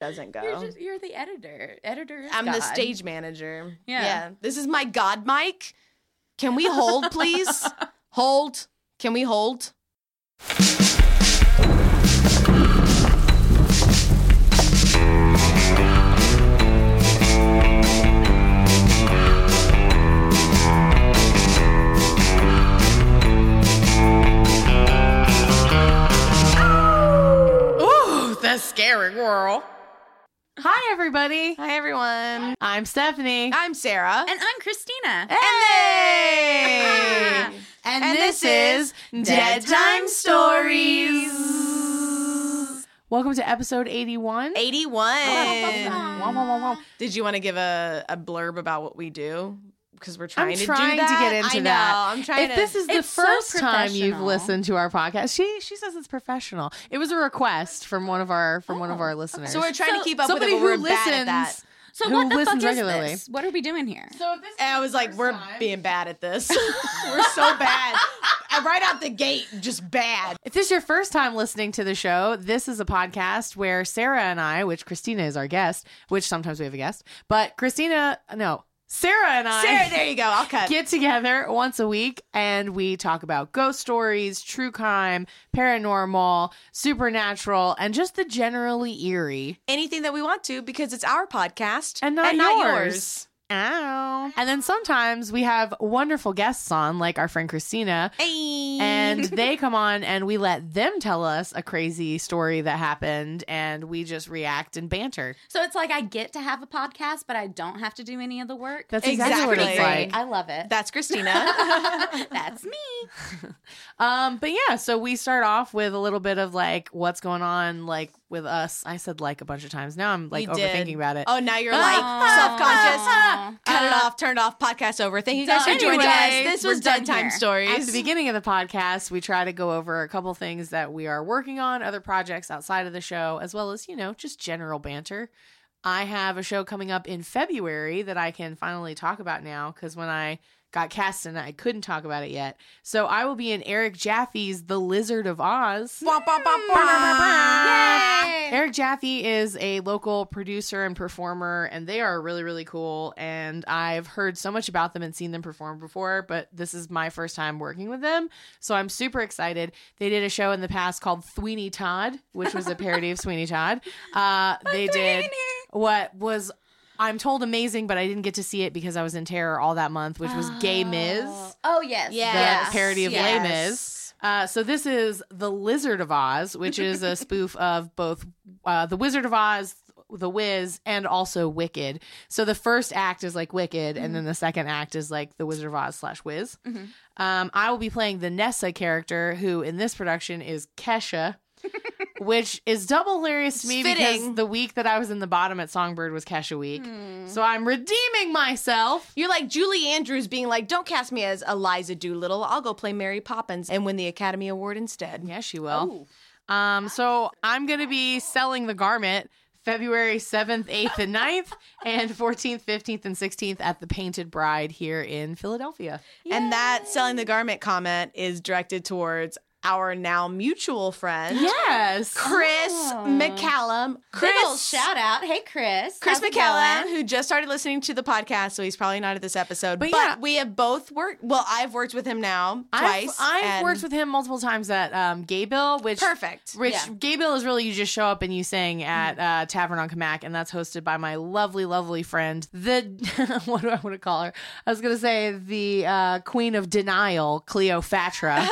doesn't go. You're, just, you're the editor. Editor. Is I'm the God. stage manager. Yeah. This is my God mic. Can we hold, please? hold. Can we hold? Ooh, the scary girl. Hi, everybody. Hi, everyone. I'm Stephanie. I'm Sarah. And I'm Christina. Eh, Hey! Ah. And, and this is Dead Time Stories. Welcome to episode 81. 81. Womp, womp, womp, womp. Did you want to give a, a blurb about what we do? Because we're trying, I'm to, do trying to that. get into I know. that. I'm trying If to. this is the It's so first time you've professional. listened to our podcast, she she says it's professional. It was a request from one of our from one of Oh, our listeners. so we're trying to So- keep up Somebody with it, but who we're listens. bad at that. So Who what the fuck listens is regularly. this? What are we doing here? So if this And I was like, we're being bad at this. we're so bad. And right out the gate, just bad. If this is your first time listening to the show, this is a podcast where Sarah and I, which Christina is our guest, which sometimes we have a guest, but Christina, no, Sarah and I Sarah, there you go. I'll cut. get together once a week and we talk about ghost stories, true crime, paranormal, supernatural, and just the generally eerie. anything that we want to because it's our podcast And not yours. Ow. And then sometimes we have wonderful guests on, like our friend Christina, Hey. and they come on and we let them tell us a crazy story that happened and we just react and banter. So it's like I get to have a podcast, but I don't have to do any of the work. That's Exactly. exactly, what it's Pretty like. I love it. that's Christina. That's me. Um, but yeah, so we start off with a little bit of like what's going on, like with us. I said like a bunch of times. Now I'm like You did. overthinking about it. oh, now you're like self conscious. Cut it off, turn it off, podcast over. Thank you guys for joining Anyway, us. This we're was Dead done Time here. At the Stories. beginning of the podcast, we try to go over a couple things that we are working on, other projects outside of the show, as well as, you know, just general banter. I have a show coming up in February that I can finally talk about now because when I got cast in it, I couldn't talk about it yet. So I will be in Eric Jaffe's The Lizard of Oz. Bah, bah, bah, bah. Eric Jaffe is a local producer and performer, and they are really, really cool. And I've heard so much about them and seen them perform before, but this is my first time working with them. So I'm super excited. They did a show in the past called Sweeney Todd, which was a parody of Sweeney Todd. Uh, they did what was. I'm told amazing, but I didn't get to see it because I was in terror all that month, which was Gay Miz. Oh yes. Yes. The parody of yes. Les Mis. Uh, so this is The Lizard of Oz, which is a spoof of both uh, The Wizard of Oz, The Wiz, and also Wicked. So the first act is like Wicked, and Mm-hmm. then the second act is like The Wizard of Oz slash Wiz. Um, I will be playing the Nessa character, who in this production is Kesha. which is double hilarious to me Fitting. because the week that I was in the bottom at Songbird was Kesha week. Hmm. So I'm redeeming myself. You're like Julie Andrews being like, don't cast me as Eliza Doolittle. I'll go play Mary Poppins and win the Academy Award instead. Yes, she will. Oh. Um, so I'm going to be selling the garment February 7th, 8th, and 9th, and 14th, 15th, and 16th at the Painted Bride here in Philadelphia. And that selling the garment comment is directed towards our now mutual friend, Yes. Chris Oh. McCallum. Big Chris, ol' shout out. Hey Chris. Chris How's it McCallum, going? who just started listening to the podcast, so he's probably not at this episode. But, But yeah. we have both worked. Well, I've worked with him now twice. I've, I've and- worked with him multiple times at um, Gay Bill, which Perfect. Which Yeah. Gay Bill is really you just show up and you sing at uh, Tavern on Kamak, and that's hosted by my lovely, lovely friend, the what do I want to call her? I was gonna say the uh, Queen of Denial, Cleopatra.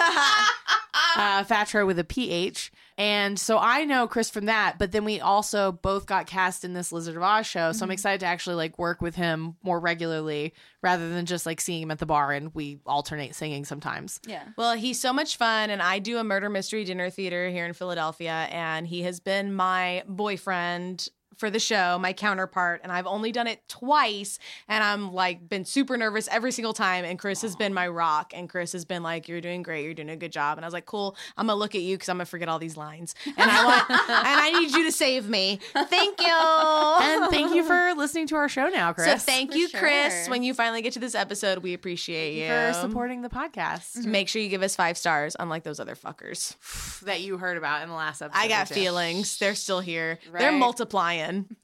Uh, Fatra with a PH. And so I know Chris from that, but then we also both got cast in this Lizard of Oz show. So I'm excited to actually like work with him more regularly rather than just like seeing him at the bar and we alternate singing sometimes. Yeah. Well, he's so much fun, and I do a murder mystery dinner theater here in Philadelphia, and he has been my boyfriend for the show, my counterpart, and I've only done it twice, and I'm like been super nervous every single time. And Chris has been my rock, and Chris has been like, "You're doing great, you're doing a good job," and I was like, "Cool, I'm gonna look at you because I'm gonna forget all these lines, and I want, and I need you to save me. Thank you." And thank you for listening to our show now, so Chris. thank For you, Chris. sure. When you finally get to this episode, we appreciate you for supporting the podcast Make sure you give us five stars, unlike those other fuckers. that you heard about in the last episode. I got too. feelings. They're still here. They're Right. multiplying. women.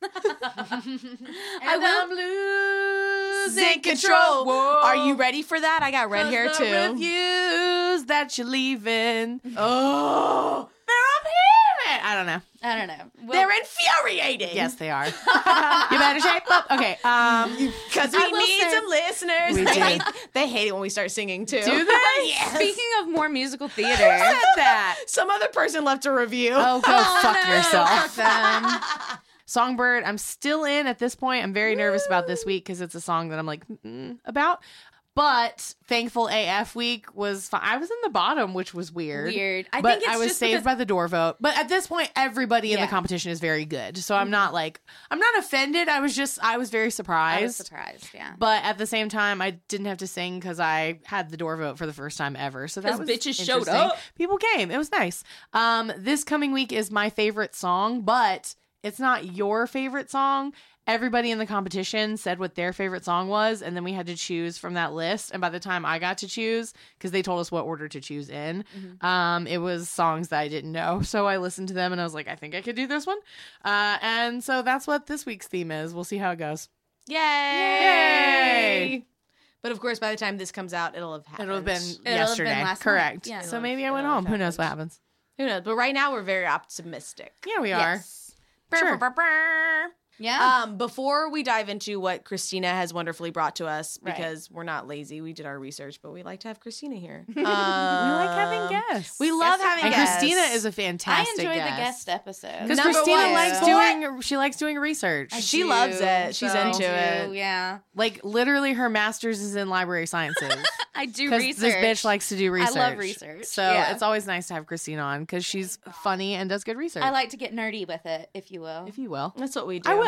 I will. losing Losing control. Whoa. Are you ready for that? I got red hair the too. Reviews that you're leaving. They're Oh, up here. I don't know. I don't know. We'll- they're infuriating. Yes, they are. you better shape up. Okay. Um, because we I will need say- some listeners. We they, do. hate, they hate it when we start singing too. Do they? yes. Speaking of more musical who theater. said that? Some other person left a review. Oh, go fuck no, yourself. fuck them. Songbird, I'm still in at this point. I'm very nervous about this week because it's a song that I'm like mm, about. But thankful AF week was fine. I was in the bottom, which was weird. Weird. I but think it's I was just saved because- by the door vote. But at this point, everybody Yeah. in Mm-hmm. the competition is very good. So I'm not like I'm not offended. I was just I was very surprised. I was surprised. Yeah. But at the same time, I didn't have to sing because I had the door vote for the first time ever. So that 'Cause was bitches showed interesting. up. People came. It was nice. Um, this coming week is my favorite song, but it's not your favorite song. Everybody in the competition said what their favorite song was, and then we had to choose from that list. And by the time I got to choose, because they told us what order to choose in, Mm-hmm. um, it was songs that I didn't know. So I listened to them and I was like, I think I could do this one. Uh, and so that's what this week's theme is. We'll see how it goes. Yay. Yay. But of course, by the time this comes out, it'll have happened. It'll have been been yesterday. last night. Correct. Yeah. So It'll maybe have- I went it'll home. have Who knows what happens? Who knows? But right now, we're very optimistic. Yeah, we are. Yes. Brr, Sure. brr, brr, brr. Yeah. Um, before we dive into what Christina has wonderfully brought to us, Right. because we're not lazy, we did our research, but we like to have Christina here. Um, we like having guests. We love Guests are having Uh, and fun. guests. Christina is a I fantastic. enjoyed guest. the guest episode. because Number Christina one. likes What? doing. She likes doing research. I she do, loves it. She's so- into I do, it. Yeah. like literally, her master's is in library sciences. I do Because research. this bitch likes to do I research. love research, So yeah. it's always nice to have Christina on because she's funny and does good research. I like to get nerdy with it, if you will. if you will. That's what we do. I will.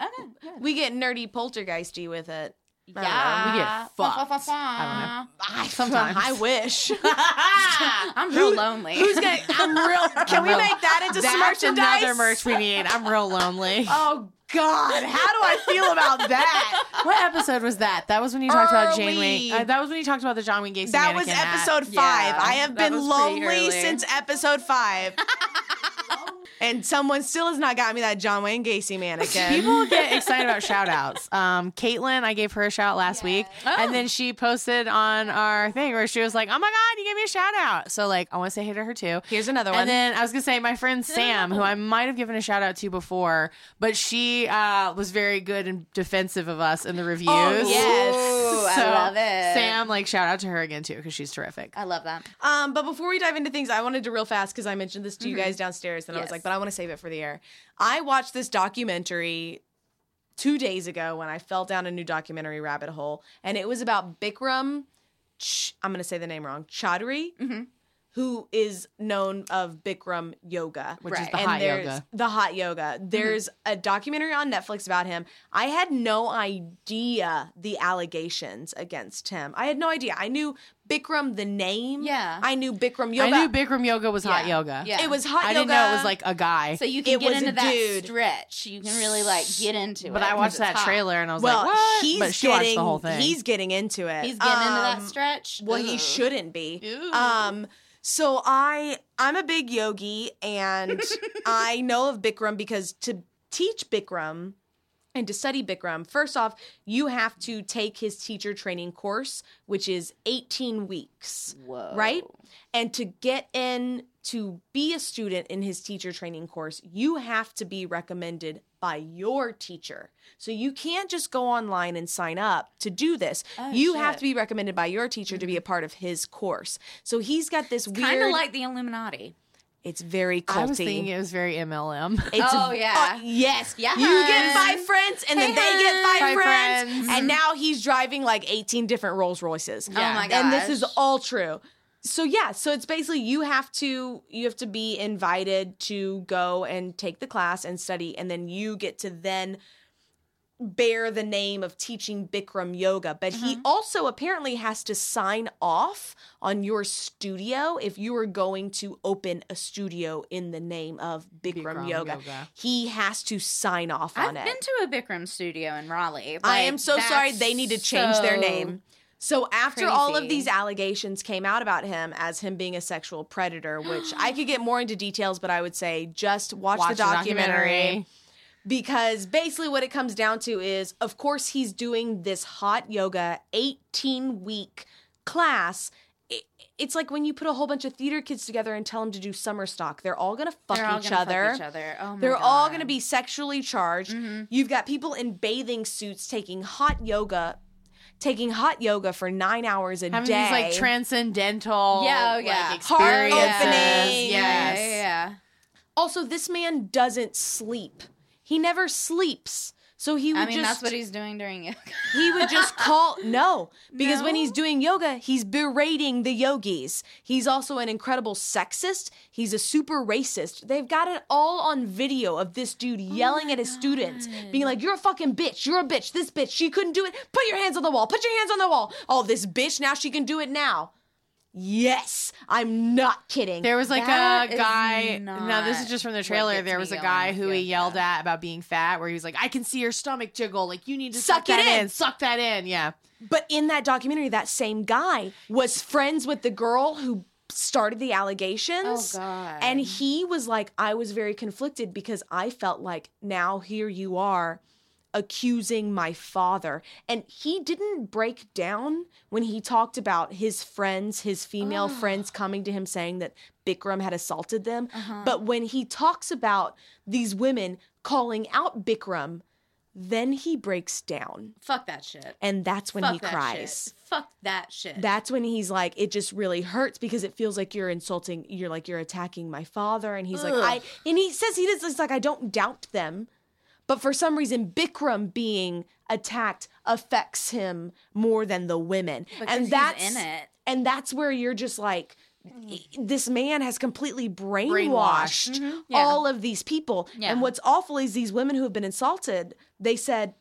Okay. Yeah. We get nerdy poltergeisty with it. I don't know. Yeah. We Fa- get fa- fucked. fa- fa. I I, Sometimes. I wish. I'm real lonely. Who's gonna? I'm real. Can we real- make that into some That's merchandise? another merch we need. I'm real lonely. Oh God, how do I feel about that? What episode was that? That was when you talked about Jane Wayne. Early. Uh, that was when you talked about the John Wayne Gacy. That was mannequin at- episode Yeah, five. I have that been was pretty lonely early. since episode five. and someone still has not got me that John Wayne Gacy mannequin. People get excited about shout outs. Um, Caitlin, I gave her a shout last week. Oh. And then she posted on our thing where she was like, oh my God, you gave me a shout out. So, like, I want to say hey to her too. Here's another one. And then I was gonna say my friend Sam, who I might have given a shout out to before, but she uh, was very good and defensive of us in the reviews. Oh, yes. Ooh, I love it. Sam, like shout out to her again too because she's terrific. I love that. Um, but before we dive into things, I wanted to real fast because I mentioned this to you guys downstairs, and I was Yes. like, but I want to save it for the air. I watched this documentary two days ago when I fell down a new documentary rabbit hole, and it was about Bikram. Ch- I'm going to say the name wrong. Chaudhry, who is known of Bikram yoga, Which is Right. the and hot there's yoga. the hot yoga. There's a documentary on Netflix about him. I had no idea the allegations against him. I had no idea. I knew Bikram the name. Yeah. I knew Bikram yoga. I knew Bikram yoga was hot Yeah. yoga. Yeah. it was hot I yoga. didn't know it was like a guy. So you can It get was a into that dude. stretch. You can really like get into it. but I 'cause watched it's that hot. trailer and I was well, like, what? he's but she getting watched the whole thing. he's getting into it. He's getting into that Um, stretch. Well, he Ugh. shouldn't be. Ew. Um, so I I'm a big yogi, and I know of Bikram because to teach Bikram and to study Bikram, first off, you have to take his teacher training course, which is 18 weeks. Whoa. right? And to get in to be a student in his teacher training course, you have to be recommended by your teacher. So you can't just go online and sign up to do this. Oh, you have shit. to be recommended by your teacher to be a part of his course. So he's got this weird Kind of like the Illuminati. it's very culty. I was thinking it was very MLM. It's Oh, v- yeah. yes. Yeah, You get hun. five friends, and then Hey, they get hun. five, Five friends, friends. and now he's driving like eighteen different Rolls Royces. Oh my And this is gosh. all true. So yeah, so it's basically you have to you have to be invited to go and take the class and study, and then you get to then bear the name of teaching Bikram yoga, but he Mm-hmm. also apparently has to sign off on your studio if you are going to open a studio in the name of Bikram, Bikram yoga. yoga. He has to sign off on I've it. been to a Bikram studio in Raleigh. I Like, am so sorry that's they need to change their so- name. So after all of crazy. these allegations came out about him as him being a sexual predator, which I could get more into details, but I would say just watch, Watch the documentary because basically what it comes down to is of course he's doing this hot yoga 18 week class I- it's like when you put a whole bunch of theater kids together and tell them to do summer stock they're all gonna fuck, They're all each, gonna other. Fuck each other. Oh my they're all gonna God. Mm-hmm. be sexually charged you've got people in bathing suits taking hot yoga taking hot yoga for nine hours a Having day these like transcendental, Yeah, oh, like, yeah. Heart experiences. opening. Yes. Yeah, yeah, yeah. also this man doesn't sleep he never sleeps so he would I mean, just that's what he's doing during yoga. He would just call no, because when No? he's doing yoga, he's berating the yogis. He's also an incredible sexist. He's a super racist. They've got it all on video of this dude yelling at his students, being like, "You're a fucking bitch. You're a bitch. This bitch. She couldn't do it. Put your hands on the wall. Put your hands on the wall. Oh, this bitch. Now she can do it now." Yes, I'm not kidding. There was like That a is guy. No, not this is just from the what trailer. gets There me was a going guy with who he yoga. yelled at about being fat, where he was like, "I can see your stomach jiggle. Like you need to Suck suck, it that in." in. Suck that in." Yeah. But in that documentary, that same guy was friends with the girl who started the allegations. Oh, God. And he was like, I was very conflicted because I felt like now here you are accusing my father. And he didn't break down when he talked about his friends, his female Ah. friends coming to him saying that Bikram had assaulted them. Uh-huh. But when he talks about these women calling out Bikram, then he breaks down. Fuck that shit. And that's when Fuck he that cries Shit. Fuck that shit. that's when he's like it just really hurts because it feels like you're insulting you're like you're attacking my father and he's like Ugh. i and he says he does it's like i don't doubt them but for some reason bikram being attacked affects him more than the women Because and he's that's in it. and that's where you're just like Mm. this man has completely brainwashed, Brainwashed. Mm-hmm. Yeah. all of these people Yeah. and what's awful is these women who have been insulted they said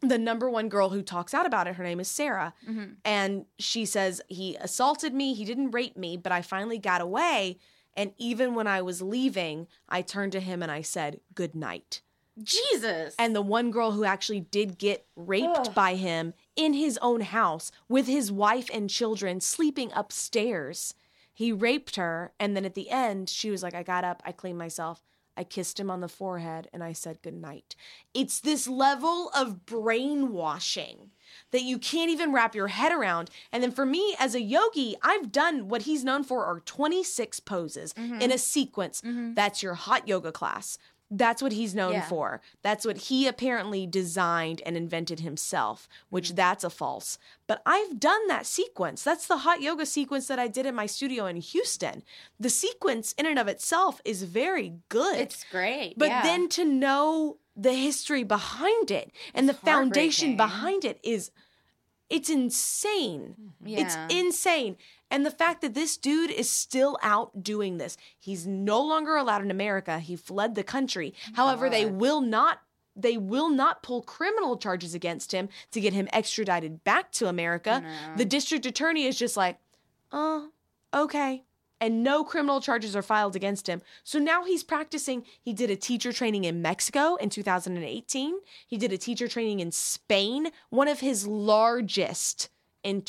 the number one girl who talks out about it, her name is Sarah. Mm-hmm. And she says, He assaulted me. He didn't rape me, but I finally got away. And even when I was leaving, I turned to him and I said, Good night. Jesus. And the one girl who actually did get raped by him in his own house with his wife and children sleeping upstairs, he raped her. And then at the end, she was like, I got up, I cleaned myself. I kissed him on the forehead and I said good night. It's this level of brainwashing that you can't even wrap your head around. And then for me as a yogi, I've done what he's known for are 26 poses in a sequence. That's your hot yoga class. That's what he's known Yeah. for. That's what he apparently designed and invented himself, Mm-hmm. which that's a false. But I've done that sequence. That's the hot yoga sequence that I did in my studio in Houston. The sequence in and of itself is very good. it's great. But yeah. then to know the history behind it and the foundation heartbreaking. behind it is it's insane. Yeah. It's insane. And the fact that this dude is still out doing this. He's no longer allowed in America. He fled the country. However, they Oh God. will not they will not pull criminal charges against him to get him extradited back to America. Oh, No. The district attorney is just like, "Oh, okay." and no criminal charges are filed against him. So now he's practicing. He did a teacher training in Mexico in 2018. He did a teacher training in Spain, one of his largest in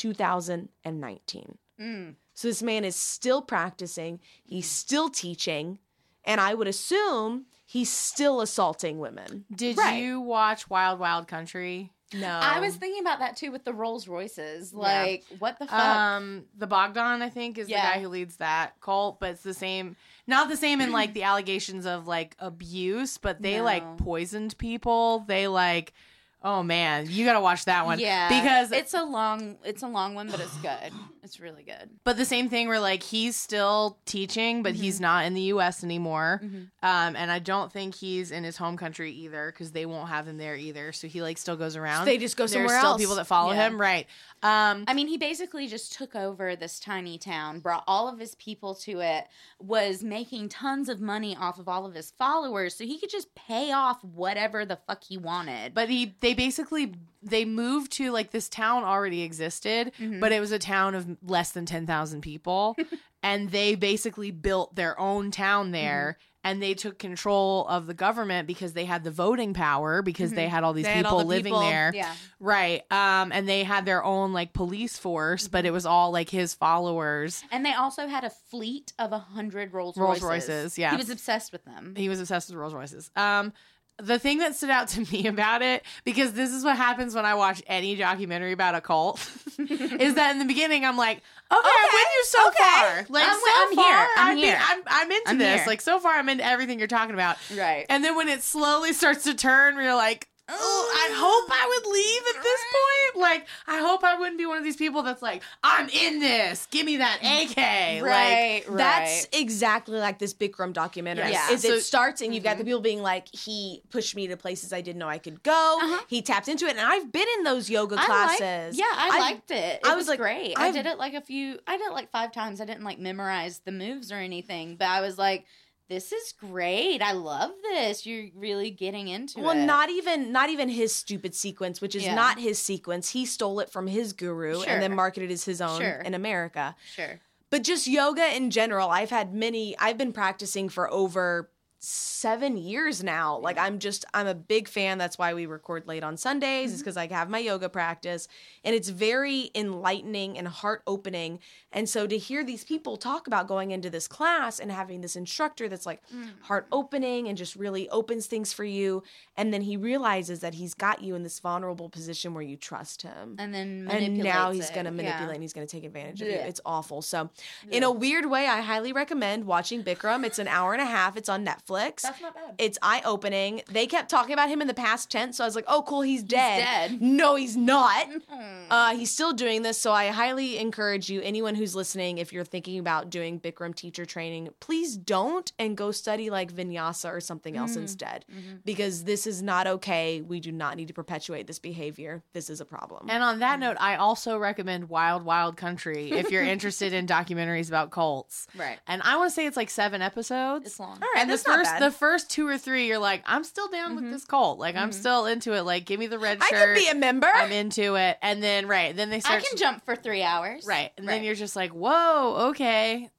2019. Mm. So this man is still practicing, he's still teaching, and I would assume he's still assaulting women. Did Right. you watch Wild Wild Country? No. I was thinking about that too with the Rolls Royces. Like, what the fuck? Um, the Bogdan, I think, is Yeah. the guy who leads that cult, but it's the same. Not the same in like the allegations of like abuse, but they No. like poisoned people. They like, oh man, you got to watch that one. yeah, because it's a long, it's a long one, but it's good. It's really good. But the same thing where like he's still teaching, but he's not in the U.S. anymore, um, and I don't think he's in his home country either because they won't have him there either. So he like still goes around. they just go There's somewhere still else. people that follow Yeah. him, right? Um, I mean, he basically just took over this tiny town, brought all of his people to it, was making tons of money off of all of his followers, so he could just pay off whatever the fuck he wanted. but he they basically they moved to like this town already existed, Mm-hmm. but it was a town of less than ten thousand people, and they basically built their own Mm-hmm. town there. And they took control of the government because they had the voting power because they had all these Mm-hmm. They had people all the living people. there. yeah, Right. Um, and they had their own like police force, Mm-hmm. but it was all like his followers. and they also had a fleet of a hundred Rolls Rolls Royces. Royces, yeah. he was obsessed with them. He was obsessed with Rolls Royces. Um, the thing that stood out to me about it, because this is what happens when I watch any documentary about a cult, is that in the beginning I'm like, okay, I'm Okay, with you so okay. far. Like, I'm- so I'm far, here, I'm I mean, here. I'm, I'm into I'm this. here. Like, so far, I'm into everything you're talking about. Right. And then when it slowly starts to turn, you're like, oh, I hope I would leave at this point. Like, I hope I wouldn't be one of these people that's like, I'm in this. Give me that AK. Like, right. That's exactly like this Bikram documentary. Yes. mm-hmm. Yeah. Yeah. Is So- it starts and you've got the people being like, he pushed me to places I didn't know I could go. Uh-huh. He tapped into it, and I've been in those yoga liked- classes. yeah, I, I've- liked it. It I was, was like, great. i I've- did it like a few. I did it like five times. I didn't like memorize the moves or anything, but I was like, "This is great. I love this. You're really getting into Well, it." not even not even his stupid sequence, which is Yeah. not his sequence. He stole it from his guru and Sure. then marketed as his own Sure. in America. sure. But just yoga in general, I've had many. I've been practicing for over seven years now. Like I'm just I'm a big fan. That's why we record late on Sundays. Is because I have my yoga practice, and it's very enlightening and heart opening. And so to hear these people talk about going into this class and having this instructor that's like heart opening and just really opens things for you, and then he realizes that he's got you in this vulnerable position where you trust him And then and now manipulates he's it. going to Yeah. manipulate and he's going to take advantage of Yeah. you. It's awful. So, in a weird way, I highly recommend watching Bikram. It's an hour and a half. It's on Netflix. That's not bad. It's eye opening. They kept talking about him in the past tense, so I was like, "Oh, cool, he's dead." dead. Mm-hmm. No, he's not. Uh, he's still doing this, so I highly encourage you, anyone who's listening, if you're thinking about doing Bikram teacher training, please don't and go study like Vinyasa or something else Mm-hmm. instead, because this is not okay. We do not need to perpetuate this behavior. This is a problem. and on Mm-hmm. that note, I also recommend Wild Wild Country if you're interested in documentaries about cults. Right. And I want to say it's like seven episodes. It's long. All right, and the that's not first bad. Mm-hmm. the first two or three you're like i'm still down with this cult like i'm still into it like give me the red I shirt could be a member. i'm into it and then right then they I start can jump for three hours. right and then Right. you're just like whoa okay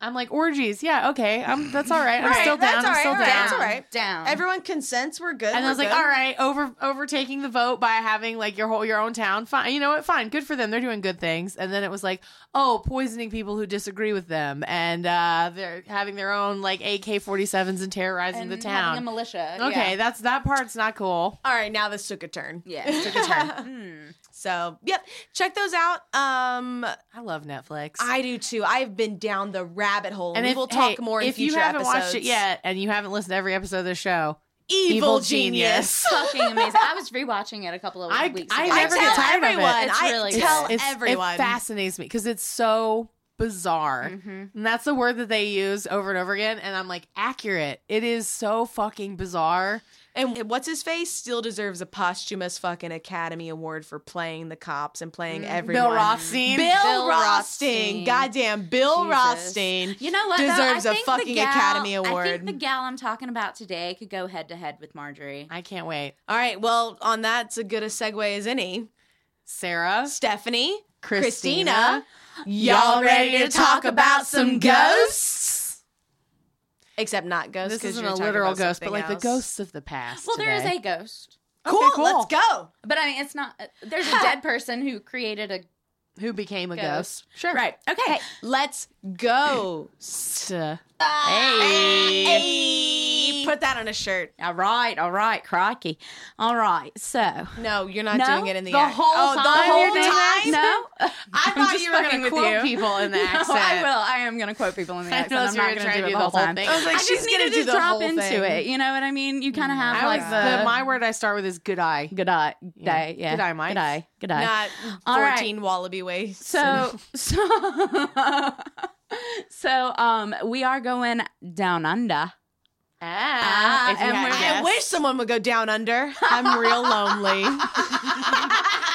i'm like orgies yeah okay i'm that's all right i'm Right, still down that's all i'm right, still down that's all right. Down. Everyone consents. We're good. uh-huh. and I we're was like, good. all right, over overtaking the vote by having like your whole your own town. Fine, you know what? Fine, good for them. They're doing good things. And then it was like, oh, poisoning people who disagree with them, and uh, they're having their own like AK-47s and terrorizing and the having town. a militia. Okay, Yeah. that's that part's not cool. All right, now this took a turn. Yeah, it took a turn. So, yep, check those out. Um, I love Netflix. I do too. I've been down the rabbit hole. we if- will talk hey, more in if future you haven't episodes. watched it yet and you haven't listened to every episode of this show, Evil, Evil genius. Genius. Fucking amazing. I was rewatching it a couple of I- weeks I ago. I never tell get tired of it. everyone. It's I really tell good. It's- everyone. it Mm-hmm. fascinates me because it's so bizarre, Mm-hmm. and that's the word that they use over and over again. And I'm like, accurate. It is so fucking bizarre. and what's his face still deserves a posthumous fucking Academy Award for playing the cops and playing everyone. Mm. Bill Rothstein. Bill, Bill Rothstein. Rothstein. Goddamn, Bill Jesus. Rothstein. You know what? though? Deserves I a think the fucking gal- Academy I think Award. the gal I'm talking about today could go head to head with Marjorie. I can't wait. All right. Well, on that's a good a segue as any. Sarah, Stephanie, Christina, Christina, y'all ready to talk about some ghosts? Except not ghosts. This 'cause isn't you're a talking literal about ghost, but something like the else. ghosts of the past. Well, there is today. a ghost, Cool, Okay, cool. Let's go. but I mean, it's not. uh, There's a dead person who created a. who became a Ghost. ghost. Sure. Right. Okay. Let's go. Hey. Hey. Put that on a shirt. All right. All right. Crikey. All right. So. No, you're not No, doing it in the, the act. whole oh, time the you're whole doing that? time. No. I thought thought you you were were gonna going to quote quote people in the No, accent. I will. I am going to quote people in the I accent. know I'm you were not going trying to to do it do the the whole whole time. thing. I was like, I she's just gonna needed do to the drop whole into thing. Mm, it. You know what I mean? You kind of have I like was the, uh, the my word I start with is good eye. good eye day. Yeah. Good eye, Mike. Good eye. Good eye. Not All right. 14 wallaby ways. So uh, so so um we are going down under. Ah, if you and had we're- guessed. I wish someone would go down under. I'm real lonely.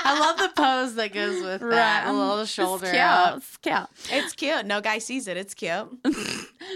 I love the pose that goes with that. A little shoulder out. Scout. it's cute. No guy sees it. It's cute.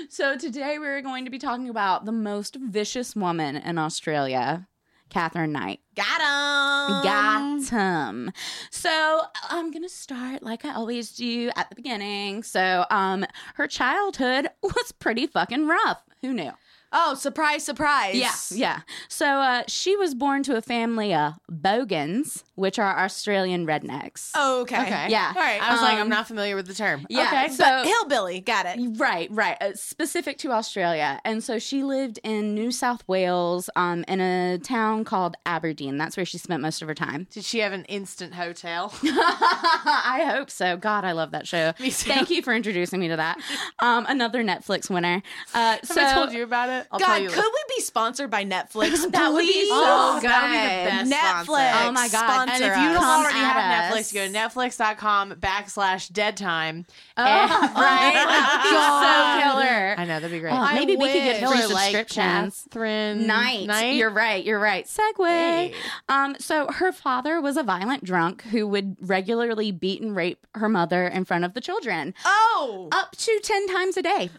So today we're going to be talking about the most vicious woman in Australia, Catherine Knight. Got Um, him. Got him. So I'm gonna start like I always do at the beginning. So um her childhood was pretty fucking rough. Who knew? Oh, surprise, surprise. Yes, yeah. So uh, she was born to a family of Bogans, which are Australian rednecks. Oh, okay. Okay. Yeah. All right. I was like, Um, I'm not familiar with the term. yeah. Okay. So but hillbilly, got it. Right, right. Uh, specific to Australia. And so she lived in New South Wales um, in a town called Aberdeen. That's where she spent most of her time. Did she have an instant hotel? I hope so. God, I love that show. Me too. Thank you for introducing me to that. Um, another Netflix winner. Uh, Have so I told you about it? I'll tell God, you. could later. we be sponsored by Netflix? that would be Please. so Oh, good. that would be the best sponsor. Netflix. Oh, my God. sponsor and if you don't us. Come already at have us. Netflix, go to netflix.com backslash dead time. Oh, And- right. That'd be God. so killer. I know, that'd be great. Oh, maybe we could get wish. free Killer like subscriptions. Catherine Night. Knight. You're right. You're right. Segway. Hey. Um, so her father was a violent drunk who would regularly beat and rape her mother in front of the children Oh. up to 10 times a day.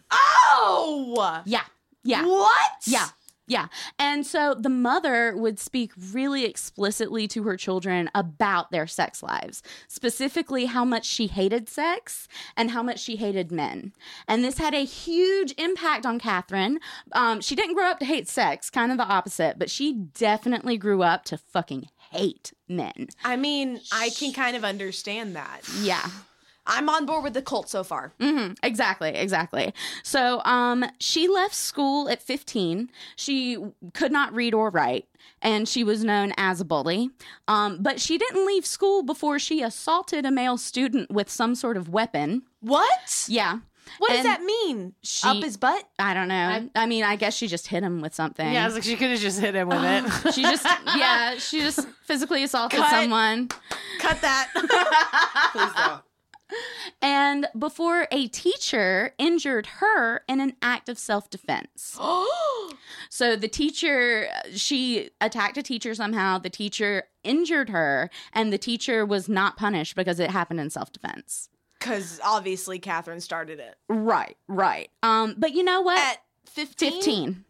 Oh. Yeah. Yeah. What? Yeah. Yeah. And so the mother would speak really explicitly to her children about their sex lives, specifically how much she hated sex and how much she hated men. And this had a huge impact on Catherine. Um, she didn't grow up to hate sex, kind of the opposite, but she definitely grew up to fucking hate men. I mean, I can kind of understand that. Yeah. I'm on board with the cult so far. hmm Exactly, exactly. So, um, she left school at 15. She could not read or write, and she was known as a bully. Um, but she didn't leave school before she assaulted a male student with some sort of weapon. What? Yeah. What does And that mean? she- Up his butt? I don't know. I, mean, I guess she just hit him with something. Yeah, I was like, she could have just hit him with it. she just, yeah, she just physically assaulted Cut. someone. Cut that. Please don't. And before a teacher injured her in an act of self defense. So the teacher, she attacked a teacher somehow. The teacher injured her, and the teacher was not punished because it happened in self defense. Because obviously Catherine started it. Right, right. Um, but you know what? At 15? 15.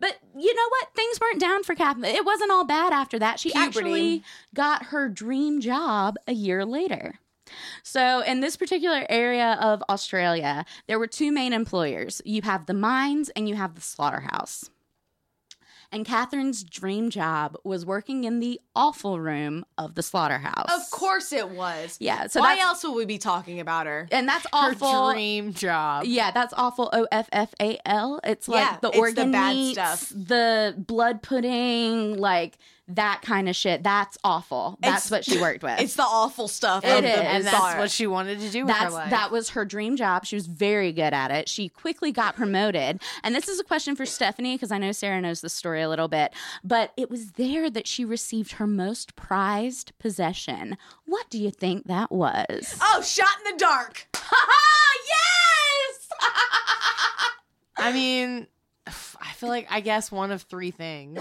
But you know what? Things weren't down for Catherine. It wasn't all bad after that. She Puberty. actually got her dream job a year later. So, in this particular area of Australia, there were two main employers you have the mines and you have the slaughterhouse. And Catherine's dream job was working in the awful room of the slaughterhouse. Of course it was. Yeah. So Why that's, else would we be talking about her? and that's Her awful. dream job. Yeah, that's awful. O F F A L. It's like Yeah, the it's the organ bad meats, stuff. the blood pudding, like that kind of shit. That's awful. That's It's- what she worked with. It's the awful stuff. It of is. the And bizarre. that's what she wanted to do with her that's life. that was her dream job. She was very good at it. She quickly got promoted. And this is a question for Stephanie because I know Sarah knows the story a little bit. But it was there that she received her most prized possession. What do you think that was? Oh, shot in the dark. yes! I mean, I feel like I guess one of three things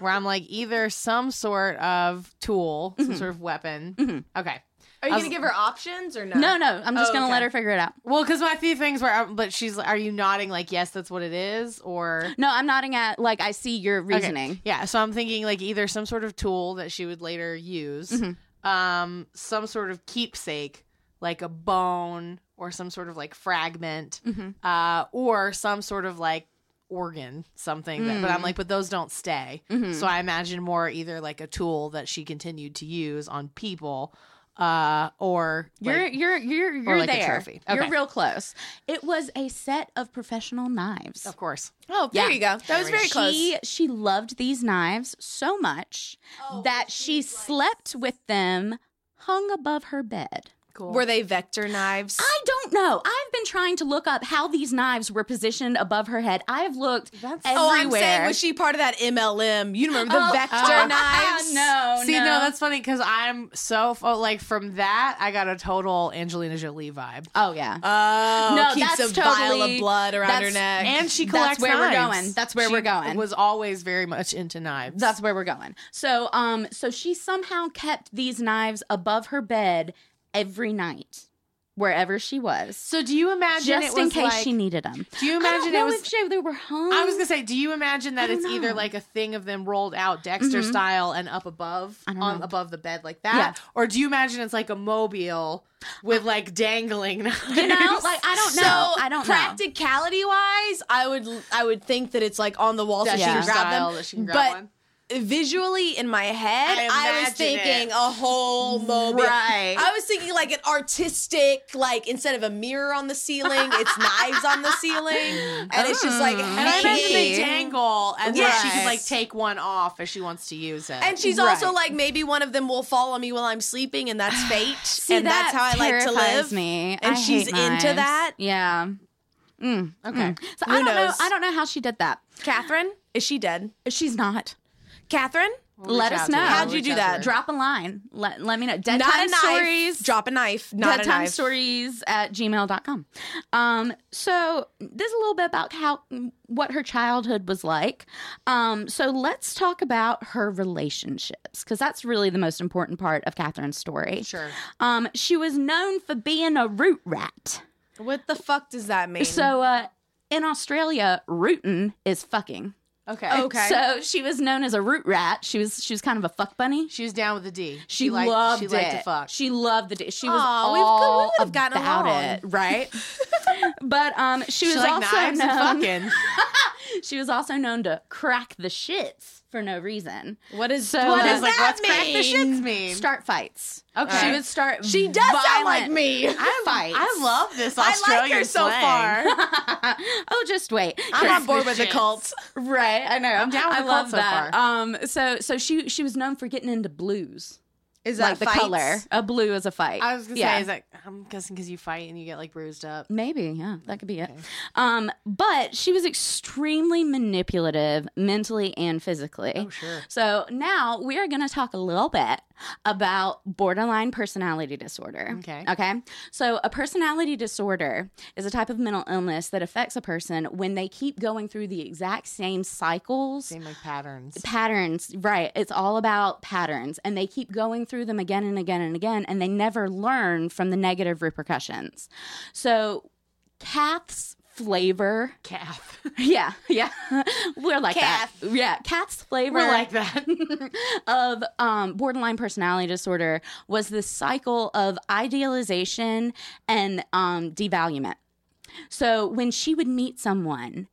where I'm like either some sort of tool, some sort of weapon. Okay. Are you I was- going to give her options or no? No, no. I'm just Oh, gonna okay. let her figure it out. Well, because my few things were, but she's, like, are you nodding like yes, that's what it is, or No, I'm nodding at like I see your Okay. reasoning. Yeah. So I'm thinking like either some sort of tool that she would later use, um, some sort of keepsake like a bone or some sort of like fragment, uh, or some sort of like organ something that, but i'm like but those don't stay so i imagine more either like a tool that she continued to use on people uh or You're like, you're you're you're like a there. trophy. Okay. You're real close. It was a set of professional knives. of course Oh, there Yeah. you go. That was very close. She she loved these knives so much that she slept with them hung above her bed. cool Were they vector knives? I don't know. I've been trying to look up how these knives were positioned above her head. I have looked That's- Oh, everywhere. I'm saying was she part of that MLM? You remember the Oh, vector oh, knives? No, See, no, that's funny because I'm so fo- like from that I got a total Angelina Jolie vibe, oh yeah. Oh, No, keeps that's a vial totally- of blood around her that's- neck. and she That's collects. where we're knives. going. That's where She we're going. Was always very much into knives. That's where we're going. So, um, so she somehow kept these knives above her bed every night. wherever she was, So do you imagine it just was in case like- she needed them. Do you I don't imagine know it was if she, they were home. I was gonna say, do you imagine that I don't it's either know. like a thing of them rolled out Dexter Mhm. style and up above I don't on know. above the bed like that, or do you imagine it's like a mobile with like dangling? you know, like I don't know. I don't know. practicality wise, I would I would think that it's like on the wall so she Dexter can grab style, them. that she can grab but one. visually in my head, I I, was imagine thinking it. a whole mobile. Right. I was thinking like an artistic, like instead of a mirror on the ceiling, it's knives on the ceiling, and it's just like And I imagine they hanging. dangle, and then she can Yes. like take one off if she wants to use it. And she's also Right. like, maybe one of them will follow me while I'm sleeping, and that's fate. See, and that that's how I like to terrifies live. Me, And I she's hate into knives. that? Yeah. Mm, Okay. mm. So Who I don't know. knows? I don't know how she did that. Catherine, is she dead? She's not. Catherine, We'll let reach us out to know. her. How'd We'll you reach do out to that? her. Drop a line. Let let me know. Dead not time a knife. stories. Drop a knife. Not Dead a time knife. stories at gmail.com. Um, so this is a little bit about how what her childhood was like. Um, so let's talk about her relationships because that's really the most important part of Catherine's story. Sure. Um, she was known for being a root rat. What the fuck does that mean? So uh, in Australia, rootin' is fucking. Okay. Oh. Okay. So she was known as a root rat. She was she was kind of a fuck bunny. She was down with the D. She, liked, loved she it. liked to fuck. She loved the d She was Aw, we've- we all would've gotten about along. it, right? but um, she was She liked also knives known. and fucking. She was also known to crack the shits for no reason. what is so, what uh, does like, that what's crack the mean? shits mean? Start fights. Okay. She would start. She does sound like violent me. I fight. I love this I Australian like her so slang. far. oh, just wait. I'm on Crack board the with the shits. cult. Right, I know. I'm down with I the cult love so that. Um, so so she she was known for getting into blues, Is like the color. A blue is a fight. I was gonna Yeah. Mm. say, is that I'm guessing because you fight and you get like bruised up. Maybe, yeah, that could be it. Um, but she was extremely manipulative mentally and physically. Oh sure. So now we are going to talk a little bit about borderline personality disorder. Okay. Okay. So a personality disorder is a type of mental illness that affects a person when they keep going through the exact same cycles Same like patterns. patterns right it's all about patterns and they keep going through them again and again and again and they never learn from the negative repercussions so kath's flavor Calf. yeah yeah we're like that yeah kath's flavor We're like that. of um, borderline personality disorder was this cycle of idealization and um, devaluement. So when she would meet someone,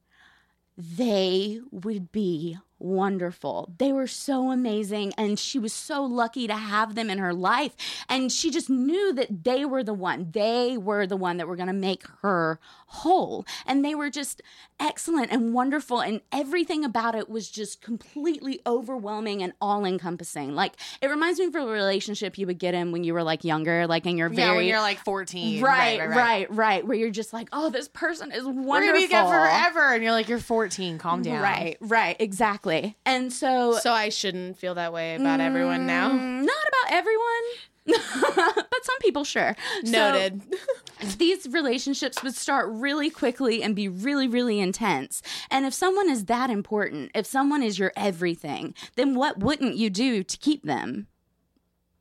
they would be wonderful. They were so amazing, and she was so lucky to have them in her life. And she just knew that they were the one. They were the one that were going to make her whole. And they were just excellent and wonderful. And everything about it was just completely overwhelming and all encompassing. Like, it reminds me of a relationship you would get in when you were like younger, like in your very. yeah, when you're like 14. Right, right, right, Where you're just like, oh, this person is wonderful. We're gonna be together forever, and you're like, you're 14. Calm down. Right, right, exactly. And so, So I shouldn't feel that way about everyone now. Mm, not about everyone, but some people sure. So, Noted. these relationships would start really quickly and be really, really intense. And if someone is that important, if someone is your everything, then what wouldn't you do to keep them?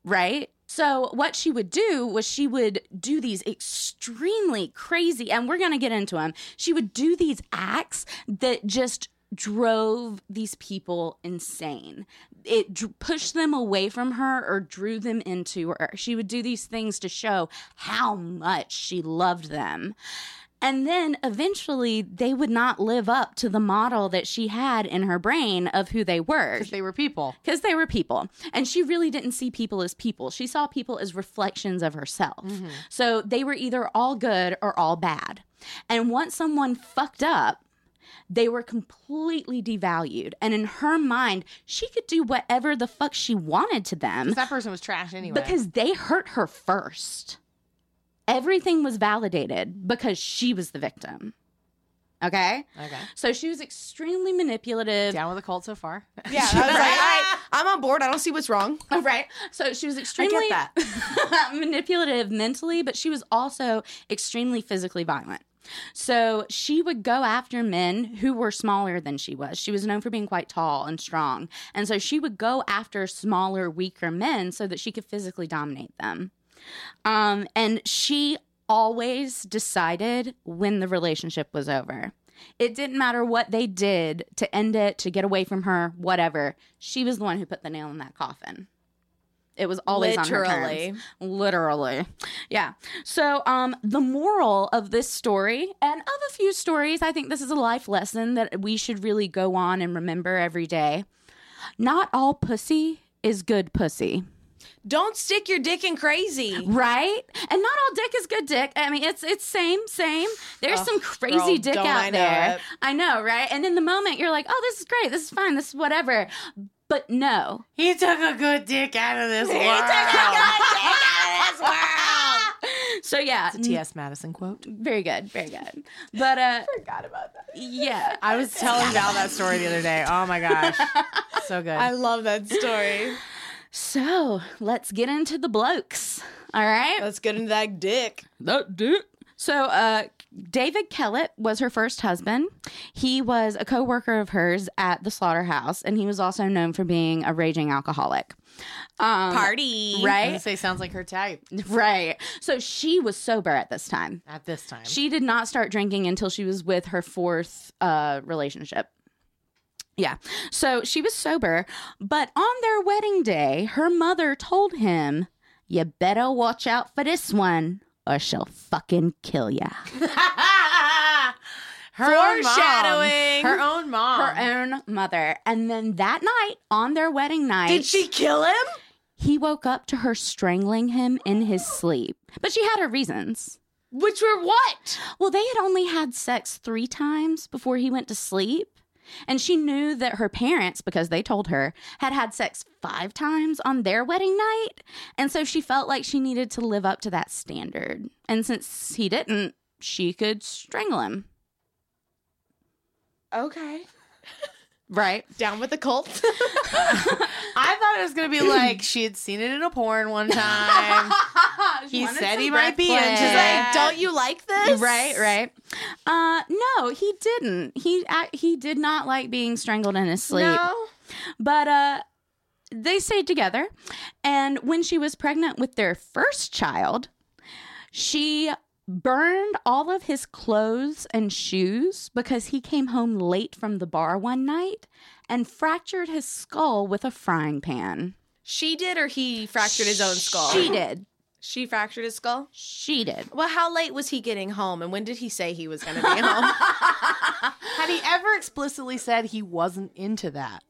Right? So, what she would do was she would do these extremely crazy, and we're going to get into them. She would do these acts that just drove these people insane. It dr- pushed them away from her or drew them into her. She would do these things to show how much she loved them. And then eventually they would not live up to the model that she had in her brain of who they were Because they were people. because they were people. And she really didn't see people as people. She saw people as reflections of herself. So they were either all good or all bad. And once someone fucked up, they were completely devalued. And in her mind, she could do whatever the fuck she wanted to them 'Cause That person was trash anyway. because they hurt her first. Everything was validated because she was the victim. Okay? okay. So she was extremely manipulative. Down with the cult so far. yeah, I was like, all right, I'm on board. I don't see what's wrong. All right. So she was extremely manipulative mentally, but she was also extremely physically violent. So she would go after men who were smaller than she was. She was known for being quite tall and strong. And so she would go after smaller, weaker men so that she could physically dominate them. Um, and she always decided when the relationship was over. It didn't matter what they did to end it, to get away from her, whatever. She was the one who put the nail in that coffin. It was always on her terms Literally. literally yeah so um the moral of this story and of a few stories i think this is a life lesson that we should really go on and remember every day not all pussy is good pussy Don't stick your dick in crazy. right and not all dick is good dick i mean it's it's same same there's Ugh, some crazy girl, dick don't out I know there it. i know right and in the moment you're like oh this is great this is fine this is whatever but no He took a good dick out of this world. so yeah mm, It's a T.S. Madison quote. very good very good but uh Forgot about that. yeah I was telling Val that story the other day. Oh my gosh. So good. I love that story. So let's get into the blokes. All right. Let's get into that dick. That dude. So uh, David Kellett was her first husband. He was a co-worker of hers at the slaughterhouse, and he was also known for being a raging alcoholic. Um, Party. I Right. would say sounds like her type Right. So she was sober at this time. at this time. She did not start drinking until she was with her fourth uh, relationship. Yeah. So she was sober, but on their wedding day, her mother told him, You better watch out for this one, or she'll fucking kill ya. her own mom. Foreshadowing. Her own mom. Her Um. own mother. And then that night, on their wedding night, Did she kill him? he woke up to her strangling him in his sleep. But she had her reasons. Which were what? Well, they had only had sex three times before he went to sleep. And she knew that her parents, because they told her, had had sex five times on their wedding night. And so she felt like she needed to live up to that standard. And since he didn't, she could strangle him. Okay. Right. Down with the cult. I thought it was going to be like she had seen it in a porn one time. he said he might be into breath play. She's like, that. don't you like this? Eh. Right, right. Uh, no, he didn't. He I, he did not like being strangled in his sleep. No. But uh they stayed together. And when she was pregnant with their first child, she burned all of his clothes and shoes because he came home late from the bar one night and fractured his skull with a frying pan. She did or he fractured his own skull? She did. She fractured his skull? She did. Well, how late was he getting home and when did he say he was going to be home? Had he ever explicitly said he wasn't into that?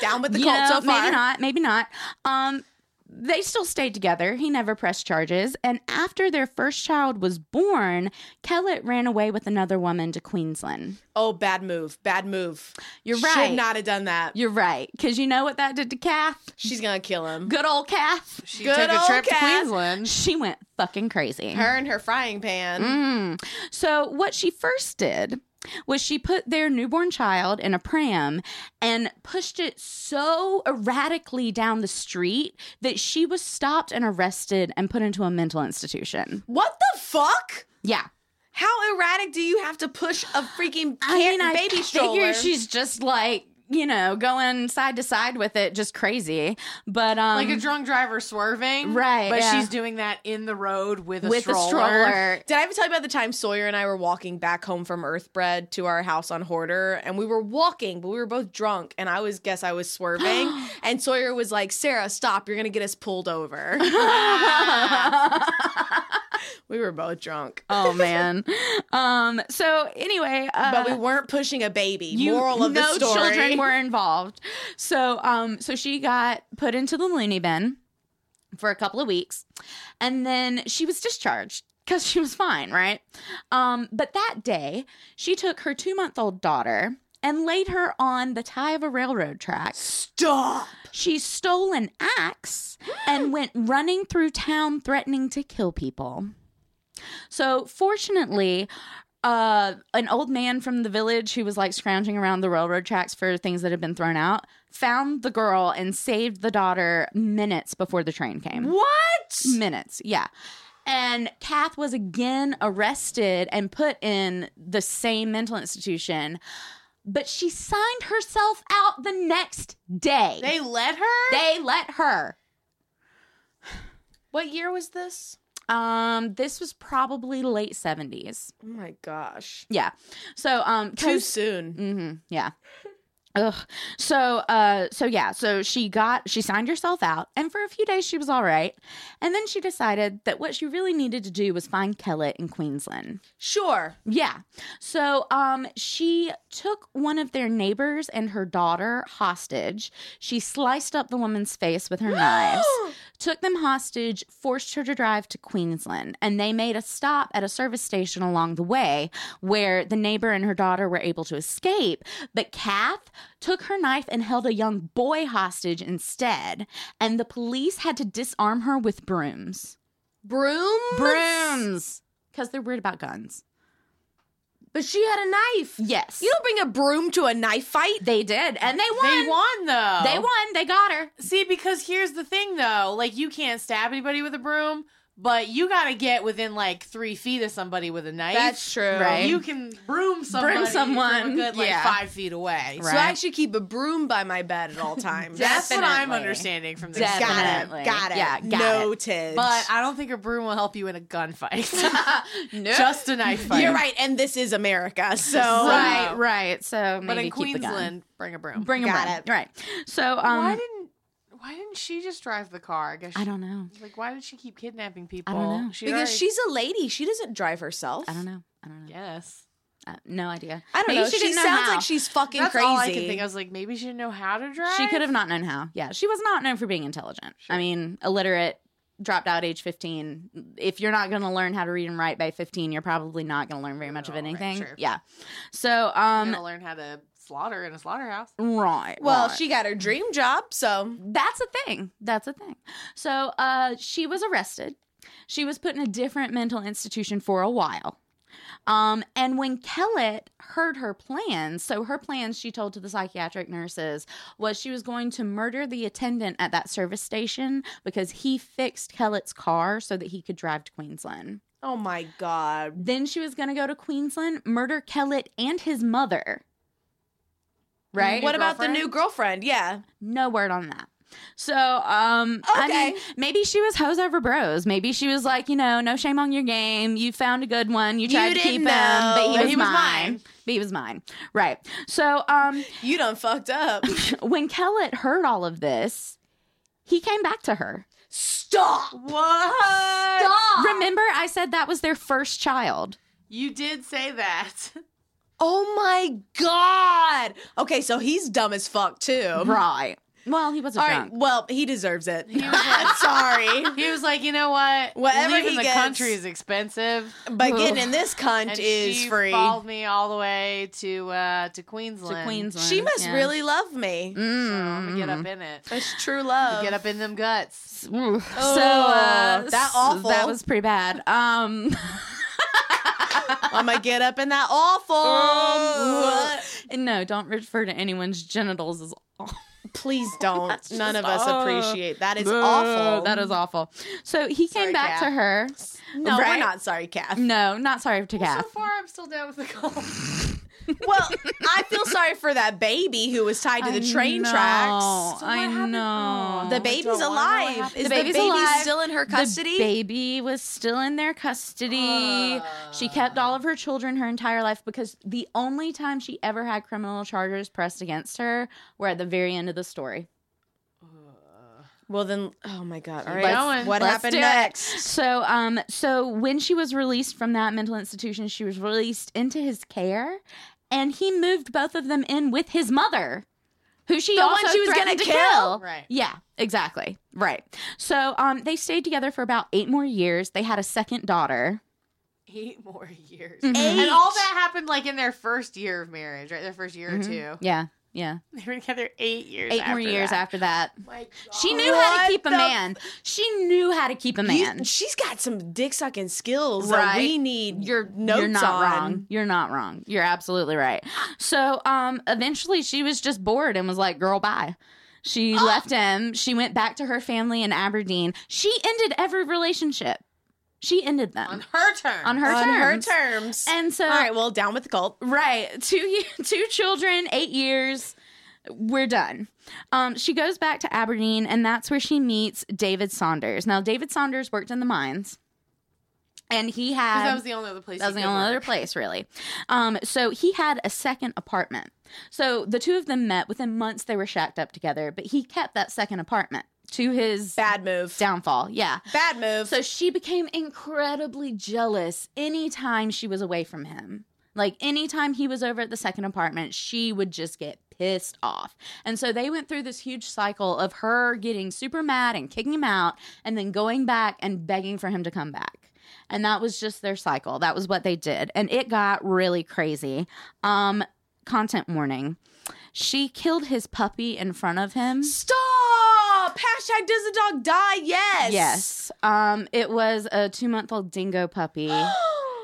Down with the You cult know, so far. Maybe not. Maybe not. Um, they still stayed together. He never pressed charges. And after their first child was born, Kellett ran away with another woman to Queensland. Oh, bad move. Bad move. You're Should right. not have done that. You're right. Because you know what that did to Kath? She's going to kill him. Good old Kath. She Good took a old trip to Kath. Queensland. She went fucking crazy. Her and her frying pan. Mm. So, what she first did was she put their newborn child in a pram and pushed it so erratically down the street that she was stopped and arrested and put into a mental institution. What the fuck? Yeah. How erratic do you have to push a freaking I can- mean, I baby figure stroller? she's just like, you know, going side to side with it, just crazy. But, um, Like a drunk driver swerving. Right, But yeah. she's doing that in the road with a with stroller. a stroller. Did I ever tell you about the time Sawyer and I were walking back home from Earthbred to our house on Hoarder? And we were walking, but we were both drunk, and I always guess I was swerving. and Sawyer was like, Sarah, stop, you're gonna get us pulled over. we were both drunk. Oh man. um. So anyway, uh, But we weren't pushing a baby. you- Moral of no the story. children were involved. So um. So she got put into the loony bin for a couple of weeks, and then she was discharged because she was fine, right? Um. But that day, she took her two month old daughter. And laid her on the tie of a railroad track. Stop. She stole an axe and went running through town threatening to kill people. So, fortunately, uh, an old man from the village who was like scrounging around the railroad tracks for things that had been thrown out found the girl and saved the daughter minutes before the train came. What? Minutes, yeah. And Kath was again arrested and put in the same mental institution, but she signed herself out the next day. They let her? They let her. What year was this? Um, this was probably late seventies. Oh my gosh. Yeah. So um, Too soon. Mm-hmm. Yeah. Ugh. So, uh, so yeah. So she got she signed herself out, and for a few days she was all right, and then she decided that what she really needed to do was find Kellett in Queensland. Sure. Yeah. So, um, she took one of their neighbors and her daughter hostage. She sliced up the woman's face with her knives took them hostage, forced her to drive to Queensland, and they made a stop at a service station along the way where the neighbor and her daughter were able to escape. But Kath took her knife and held a young boy hostage instead, and the police had to disarm her with brooms. Broom? Brooms! Because they're weird about guns. But she had a knife. Yes. You don't bring a broom to a knife fight. they did, and they won. They won though. They won. They got her. See, because here's the thing though, like you can't stab anybody with a broom, but you gotta get within like three feet of somebody with a knife. That's true. Right. You can broom somebody, from someone, a good like yeah. five feet away. So I should keep a broom by my bed at all times. That's what I'm Definitely. understanding from this. Definitely. Got it. Got it. Got it. Yeah, got it. Noted. But I don't think a broom will help you in a gunfight. no. Just a knife fight. You're right, and this is America, so right, right. So, But maybe in keep the gun. Queensland, bring a broom. Bring Got them it. Right. So um why didn't why didn't she just drive the car? I guess she, I don't know. like why did she keep kidnapping people? I don't know. She'd because already- she's a lady, she doesn't drive herself. I don't know. I don't know. yes. Uh, no idea. I don't Maybe know. She, didn't know sounds how. like she's fucking That's crazy. all I can think. I was like, maybe she didn't know how to drive. She could have not known how. Yeah, she was not known for being intelligent. I Sure. mean, illiterate, dropped out age 15. If you're not going to learn how to read and write by 15, you're probably not going to learn very much of Right, anything. sure. Yeah. So, I'm um, gonna learn how to slaughter in a slaughterhouse. right. Well, right. she got her dream job, so That's a thing. That's a thing. So uh, she was arrested. She was put in a different mental institution for a while. Um, and when Kellett heard her plans, so her plans she told to the psychiatric nurses was she was going to murder the attendant at that service station because he fixed Kellett's car so that he could drive to Queensland. oh my god. Then she was going to go to Queensland, murder Kellett and his mother. Right? What about the new girlfriend? Yeah. No word on that. So, um, I Okay. mean, maybe she was hose over bros. Maybe she was like, you know, no shame on your game. You found a good one. You You tried to didn't keep him, know. but he, But was, he was mine. mine. But he was mine. Right. So, um, You done fucked up. when Kellett heard all of this, he came back to her. Stop. What? Remember, I said that was their first child. You did say that. Oh my god. Okay, so he's dumb as fuck too. Right. Well, he was a Um, All right. drunk. Well, he deserves it. He was like, Sorry, he was like, you know what? Whatever Leaving he the gets- country is expensive. but getting in this cunt And is she free. followed me all the way to uh, to Queensland. To Queensland. She must yeah. really love me. Mm. So I'm gonna get up in it. That's true love. Get up in them guts. Ooh. so uh, that s- awful. That was pretty bad. Um, I'm gonna get up in that awful. no, don't refer to anyone's genitals as awful. Please don't. None of us oh. appreciate that. Is awful. That is awful. So he Sorry, came back Kath. to her. no. We're Right? not sorry, Kath. No, not sorry to So Kath. far, I'm still down with the cold. Well, I feel sorry for that baby who was tied to the train tracks. So what I happened? know. The Oh, I don't baby's wanna know what alive. happened. Is The the, baby's baby alive. still in her The custody? baby was still in their custody. Uh, she kept all of her children her entire life because the only time she ever had criminal charges pressed against her were at the very end of the story. well, then, oh my God. All Keep right. going. What Let's happened do it. next? So, um, so when she was released from that mental institution, she was released into his care, and he moved both of them in with his mother, who she The one also she was threatened gonna to kill. Right. Yeah, exactly. Right. So, um, they stayed together for about eight more years. They had a second daughter. Eight more years. Mhm. Eight. And all that happened like in their first year of marriage, right? Their first year Mhm. or two. Yeah, yeah. They were together eight years. Eight more years that. after that, Oh My she God. knew how What to keep a the- man. She knew how to keep a You- man. she's got some dick sucking skills that Right. we need. you're notes you're not on. wrong. You're not wrong. You're absolutely right. So um eventually she was just bored and was like, girl, bye. She left him. She went back to her family in Aberdeen. She ended every relationship. She ended them on on, her turn. her on terms. her terms. And uh, so All right. Well, down with the cult. right, two ye- two children, 8 years. We're done. Um, she goes back to Aberdeen, and that's where she meets David Saunders. Now, David Saunders worked in the mines. and he Because had that was the only other place. that was you the could only work. other place, really. Um, so he had a second apartment. So the two of them met within months. They were shacked up together, but he kept that second apartment to his Bad move. downfall. Yeah. Bad move. So she became incredibly jealous anytime she was away from him. Like anytime he was over at the second apartment, she would just get pissed off. And so they went through this huge cycle of her getting super mad and kicking him out and then going back and begging for him to come back. And that was just their cycle. That was what they did. And it got really crazy. Um content warning. She killed his puppy in front of him. Stop! Hashtag does the dog die? Yes. Yes. Um, it was a two month old dingo puppy.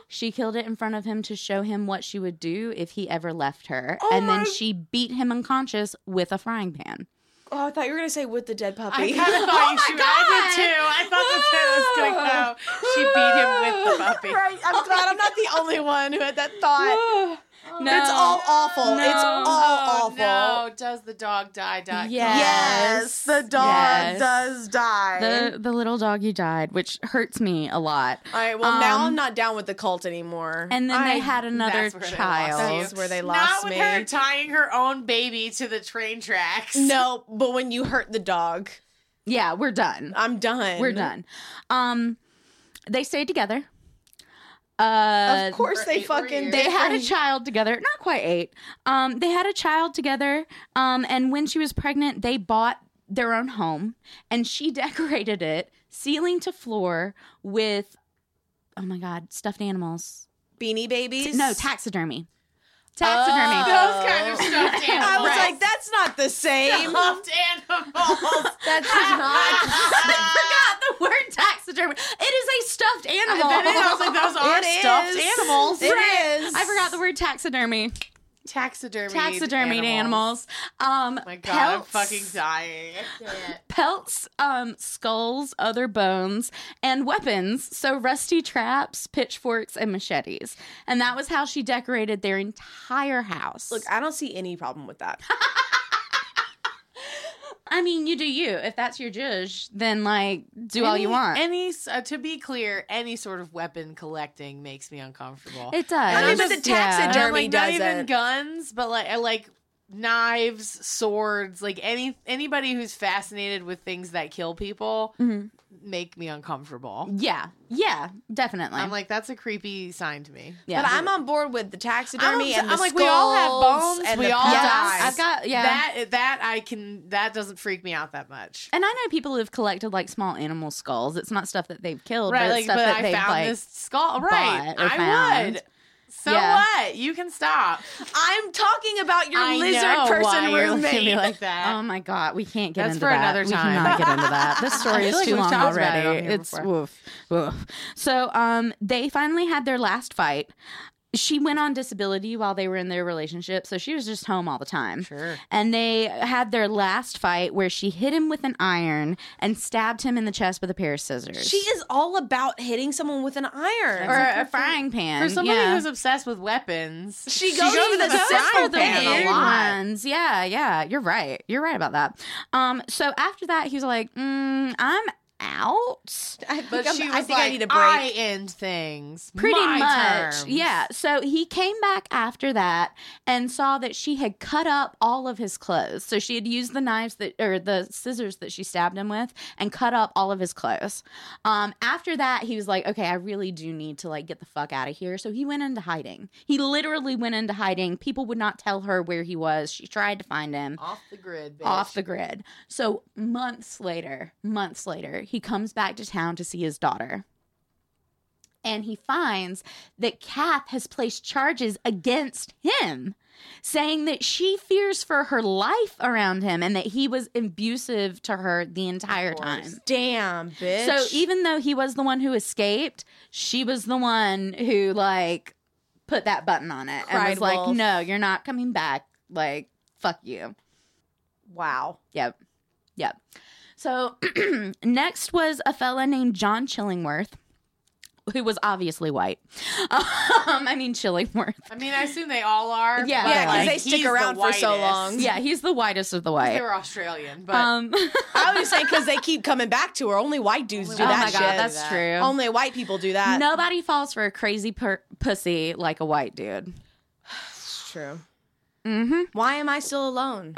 she killed it in front of him to show him what she would do if he ever left her. Oh and my- then she beat him unconscious with a frying pan. Oh, I thought you were gonna say with the dead I puppy. kind of Oh thought you should. I God. did too. I thought that's how it was going to go. She beat him with the puppy. Right. I'm glad I'm not the only one who had that thought. No. It's Oh. all awful. It's all No. Oh, awful. no. Does the dog die? Dot com. Yeah. Yes, Yes. the dog Yes. does die. The the little doggy died, which hurts me a lot. All right. Well, now Um, I'm not down with the cult anymore. And then I, they had another That's where they lost That child. you. is where they Not lost with me. her tying her own baby to the train tracks. no, but when you hurt the dog, yeah, we're done. I'm done. We're done. Um, they stayed together. Uh, Of course, For they eight more fucking years. they did. had a child together not quite eight um they had a child together um and when she was pregnant they bought their own home and she decorated it ceiling to floor with oh my god stuffed animals beanie babies. no taxidermy taxidermy Those Oh. kind of stuffed animals. I was like, that's not the same. stuffed animals. that's i forgot the word taxidermy it is a stuffed animal That is, I was like, those are It stuffed is. animals. It Right. is. I forgot the word taxidermy. Taxidermy. Taxidermied animals. Um, Oh my god, I'm pelts. fucking dying. pelts, um, skulls, other bones, and weapons. So rusty traps, pitchforks, and machetes. And that was how she decorated their entire house. Look, I don't see any problem with that. I mean, you do you. If that's your judge, then like do all you Any- want. Any, s- uh, to be clear, any sort of weapon collecting makes me uncomfortable. it does. I mean, but the Yeah. And taxiderm- I'm Jeremy like, not even doesn't. guns, but like, I like knives, swords, like any anybody who's fascinated with things that kill people Mhm. make me uncomfortable. Yeah. Yeah. Definitely. I'm like, that's a creepy sign to me. yeah. But I'm on board with the taxidermy I'm- and the I'm like, we all have skulls bones, and we the all yeah. pies. die. I've got yeah. That that I can that doesn't freak me out that much. and I know people who've collected like small animal skulls. It's not stuff that they've killed, but right, it's like, stuff but that I they've found like. this skull. Right, bought or I found. would. So Yeah. what? You can stop. I'm talking about your I lizard know why person you're looking at roommate. me like that. Oh my god, we can't get That's into for that. another time. We cannot get into that. This I story feel is like too we've long talked about it on already. here it's before. woof, woof. So, um, they finally had their last fight. She went on disability while they were in their relationship, so she was just home all the time. Sure. And they had their last fight where she hit him with an iron and stabbed him in the chest with a pair of scissors. She is all about hitting someone with an iron. or Or a frying pan For somebody yeah. who's obsessed with weapons, She goes to the to sex Those are the pan a weird lot. ones. Yeah, yeah. You're right. You're right about that. Um, so after that, he was like, mm, I'm out. I think, But I'm- she was I, think like, I need a break. I end things. Pretty My much. terms. Yeah. So he came back after that and saw that she had cut up all of his clothes. So she had used the knives that or the scissors that she stabbed him with and cut up all of his clothes. Um, after that, he was like, okay, I really do need to like get the fuck out of here. So he went into hiding. He literally went into hiding. People would not tell her where he was. She tried to find him Off the grid, bitch. off the grid. So months later, months later, he comes back to town to see his daughter. And he finds that Kath has placed charges against him, saying that she fears for her life around him and that he was abusive to her the entire course. time. Damn, bitch. So even though he was the one who escaped, she was the one who like put that button on it and Cried was like, wolf. "No, you're not coming back. Like, fuck you." wow. Yep. Yep. So next was a fella named John Chillingworth. who was obviously white. Um, I mean Chillingworth. I mean, I assume they all are. Yeah. but, Yeah, 'cause like, they stick he's the around for so whitest. long. Yeah, he's the whitest of the They white. were Australian, but Um, I was just saying because they keep coming back to her. Only white dudes do Oh that my God, shit. Oh that's Do that. true. Only white people do that. Nobody falls for a crazy per- pussy like a white dude. It's true. Mm-hmm. Why am I still alone?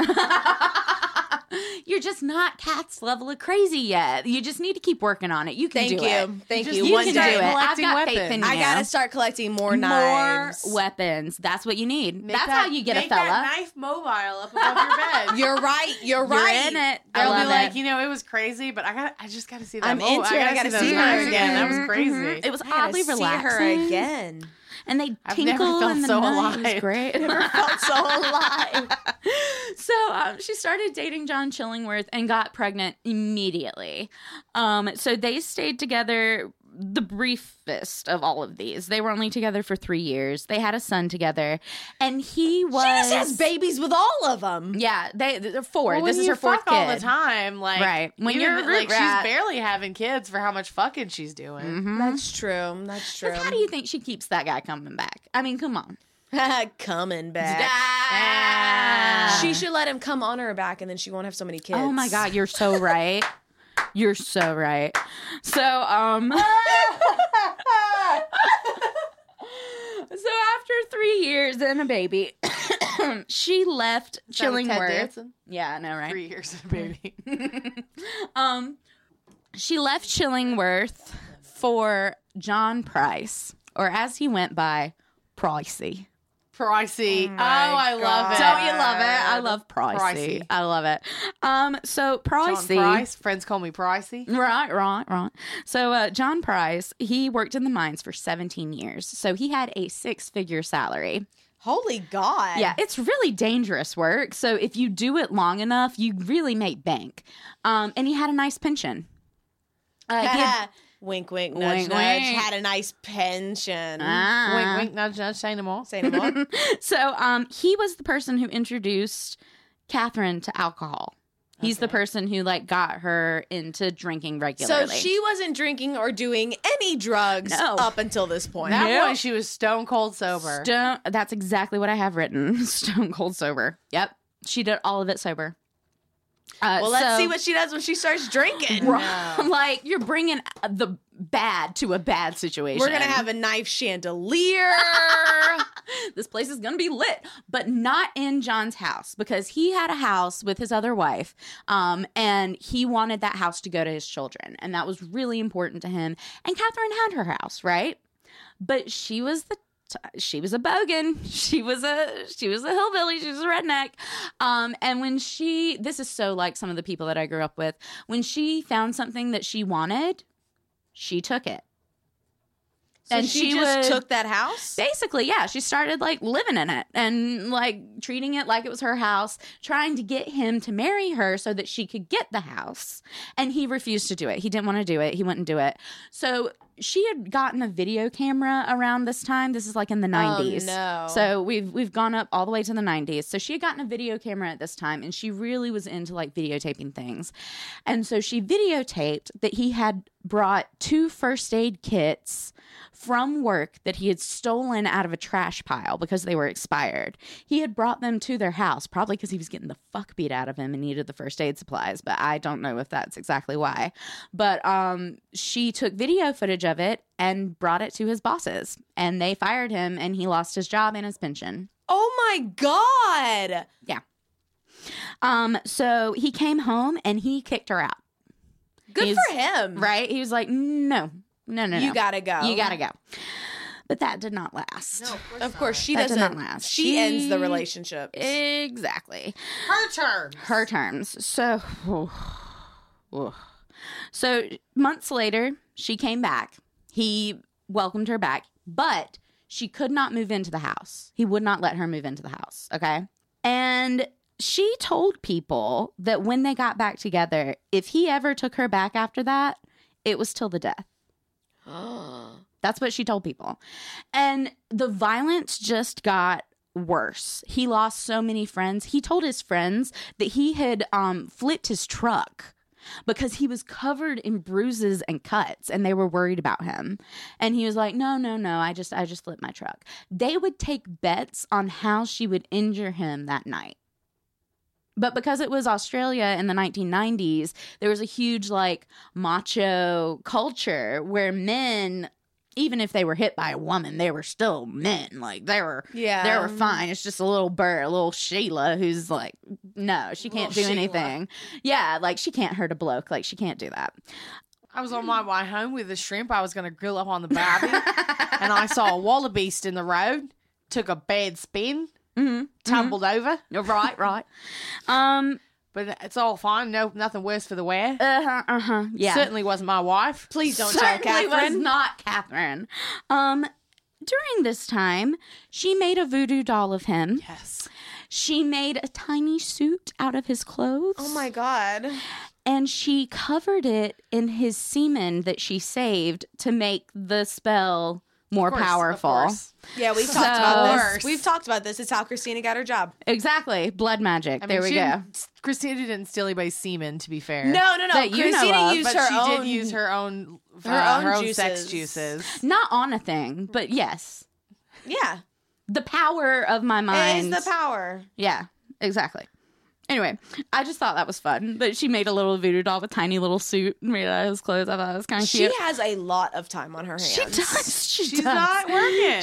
You're just not cat's level of crazy yet. You just need to keep working on it. You can Thank do you. it. Thank Just you. You One can day. do it. I've Collecting got faith weapons. in you. I gotta start collecting more more knives. weapons. That's what you need. make That's how that- you get a make fella. That knife mobile up above your bed. You're right. You're You're right. in it. I They'll love be like, it. you know, it was crazy, but I got, I just got to see that. I'm mo- into it. I gotta I got to see see her her again. That was again. crazy. Mm-hmm. it was I gotta oddly see relaxing. her again. And they I've never tinkle felt in the so night. It was alive. great. Felt so alive. so um, she started dating John Chillingworth and got pregnant immediately. Um, so they stayed together the briefest of all of these. They were only together for three years. They had a son together, and he was She just has babies with all of them. yeah. They they're four. Well, when this is you her fourth fuck all kid. the time, like Right. When even, you're a root like rat- Mm-hmm. she's barely having kids for how much fucking she's doing. That's true. That's true. How do you think she keeps that guy coming back? I mean, come on. Coming back. Ah. She should let him come on her back, and then she won't have so many kids. Oh my god, you're so right. you're so right. So um So after 3 years and a baby, she left Is that with Ted Chillingworth. Danson? Yeah, I know, right? Three years of Mm-hmm. baby. Um she left Chillingworth for John Price or as he went by, Pricey. Pricey. Oh, Mm-hmm. my I love it. God. Don't you love it? I love Pricey. Pricey. I love it. Um, so John Pricey. Price. Friends call me Pricey. Right, right, right. So uh, John Price, he worked in the mines for 17 years. So he had a six-figure salary. Holy God. Yeah, it's really dangerous work. So if you do it long enough, you really make bank. Um, and he had a nice pension. Uh, he had- wink, wink, Uh-huh. nudge, Wink, nudge. wink. Had a nice pension. Ah. wink, wink, nudge, nudge, say no more. Say no more. So um, he was the person who introduced Catherine to alcohol. He's the person who like got her into drinking so regularly. she wasn't drinking or doing any drugs No. up until this point. That Nope. one, she was stone cold sober. Stone. That's exactly what I have written. Stone cold sober. Yep, she did all of it sober. Uh, well, let's so- see what she does when she starts drinking. like you're bringing the bad to a bad situation. We're gonna have a knife chandelier. this place is gonna be lit, but not in John's house because he had a house with his other wife, um, and he wanted that house to go to his children, and that was really important to him. And Catherine had her house, right? But she was the t- she was a bogan. She was a she was a hillbilly. She was a redneck. Um, and when she this is so like some of the people that I grew up with. When she found something that she wanted, she took it. So And she, she just would- took that house. Basically, yeah, she started like living in it and like treating it like it was her house, trying to get him to marry her so that she could get the house. And he refused to do it. He didn't want to do it. He wouldn't do it. So she had gotten a video camera around this time. This is like in the 90s. no. So we've we've gone up all the way to the 90s. So she had gotten a video camera at this time and she really was into like videotaping things. And so she videotaped that he had brought two first aid kits from work that he had stolen out of a trash pile because they were expired. He had brought them to their house, probably because he was getting the fuck beat out of him and needed the first aid supplies, but I don't know if that's exactly why. But um, she took video footage of it and brought it to his bosses, and they fired him, and he lost his job and his pension. Oh my God. Um, so he came home and he kicked her out. Good He's- for him. Right? He was like, "No, no, no, You no. gotta go. you gotta go." But that did not last. Of course, she That did doesn't. not last. She, ends the She- relationship. Exactly. her turn. her terms. So, oof. so months later, she came back. He welcomed her back, but she could not move into the house. He would not let her move into the house. Okay. And she told people that when they got back together, if he ever took her back after that, it was till the death. That's what she told people. And the violence just got worse. He lost so many friends. He told his friends that he had um, flipped his truck because he was covered in bruises and cuts and they were worried about him. And he was like, "No, no, no. I just I just flipped my truck." They would take bets on how she would injure him that night. But because it was Australia in the 1990s, there was a huge like macho culture where men even if they were hit by a woman, they were still men. Like they were Yeah. they were fine. It's just a little bird, a little Sheila who's like, no, she can't do Little Sheila. anything. Yeah, like she can't hurt a bloke. Like she can't do that. I was on my way home with a shrimp I was going to grill up on the barbie, and I saw a wallabeast in the road, took a bad spin, Mm-hmm. tumbled over. Right, right. Um, But it's all fine. No, nothing worse for the wear. uh huh, uh huh. Yeah. Certainly wasn't my wife. Please don't tell Certainly was Catherine. not Catherine. Um, during this time, she made a voodoo doll of him. Yes. She made a tiny suit out of his clothes. Oh my god. and she covered it in his semen that she saved to make the spell more powerful. Yeah, we've So- talked about Worse. this. We've talked about this. It's how Christina got her job. Exactly, blood magic. I mean, there we she go. didn't- Christina didn't steal anybody's semen, to be fair. No, no, no. That you know Christina of, used but her she own. did use her own Her uh, own her own sex juices. juices. Not on a thing, but yes, yeah, the power of my it is mind. the power. yeah, exactly. Anyway, I just thought that was fun that she made a little voodoo doll with tiny little suit and made it out of his clothes. I thought it was kind of She cute. has a lot of time on her hands. She does. She She's does. not working.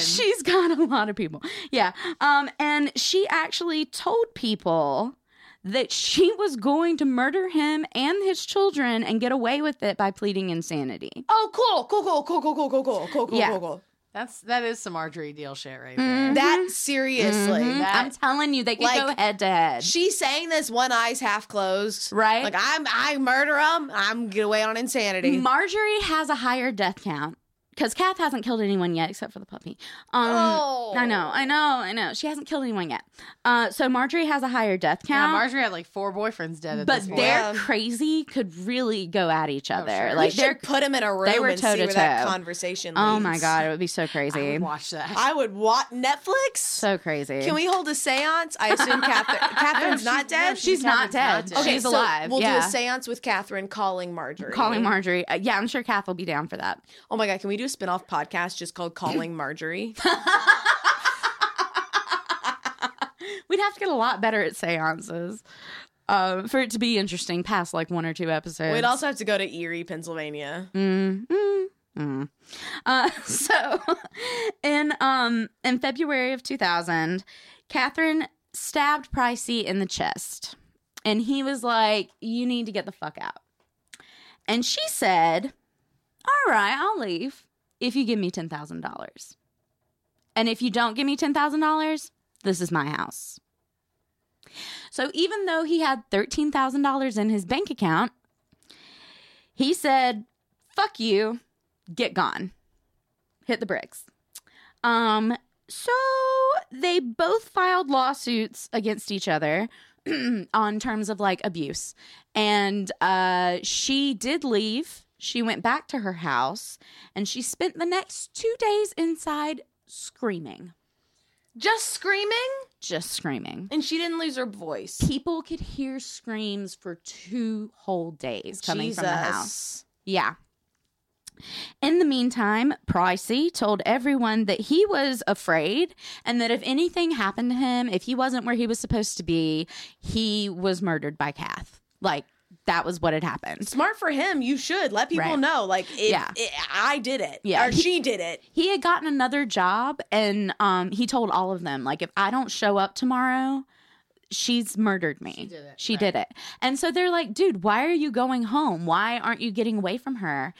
She's got a lot of people. Yeah. Um, and she actually told people that she was going to murder him and his children and get away with it by pleading insanity. Oh, cool, cool, cool, cool, cool, cool, cool, cool, cool, cool, Yeah. cool, cool. That's that is some Marjorie Deal shit right Mhm. there. That seriously. Mhm. that- I'm telling you, they could like, go head to head. she sang this one eye's half closed. Right? Like I'm I murder him, I'm get away on insanity. Marjorie has a higher death count because Kath hasn't killed anyone yet except for the puppy. Um, Oh. I know, I know, I know. She hasn't killed anyone yet. Uh, so Marjorie has a higher death Yeah, count. Marjorie had like four boyfriends dead at but this point. their Yeah. crazy could really go at each other. sure. we Like should they're put him in a room were and see where that toe-to-toe. conversation leads. Oh my god, it would be so I crazy. would watch that. I would watch Netflix. So crazy. Can we hold a seance? I assume Catherine, Catherine's not dead. She's not dead. Catherine's not dead. okay, She's so alive. We'll yeah. do a seance with Catherine calling Marjorie. Calling Marjorie. Uh, yeah, I'm sure Kath will be down for that. Oh my god, can we do a spin-off podcast just called Calling Marjorie? We'd have to get a lot better at seances um, for it to be interesting past like one or two episodes. We'd also have to go to Erie, Pennsylvania. Mm, mm, mm. Uh, so, in um in February of 2000, Catherine stabbed Pricey in the chest, and he was like, "You need to get the fuck out." And she said, "All right, I'll leave if you give me ten thousand dollars, and if you don't give me ten thousand dollars, this is my house." So even though he had thirteen thousand dollars in his bank account, he said, fuck you, get gone, hit the bricks. Um, so they both filed lawsuits against each other on terms of like abuse, and uh, she did leave. She went back to her house, and she spent the next two days inside screaming, Just screaming, just screaming. and she didn't lose her voice. People could hear screams for two whole days coming from the house. Yeah. In the meantime, Pricey told everyone that he was afraid and that if anything happened to him, if he wasn't where he was supposed to be, he was murdered by Kath. Like, that was what had happened. Smart for him. You should let people Right. know. Like, it, Yeah. it- I did it. Yeah. or she did it. He had gotten another job and um, he told all of them, like, if I don't show up tomorrow, she's murdered me. She did it, She right. did it. And so they're like, dude, why are you going home? Why aren't you getting away from her?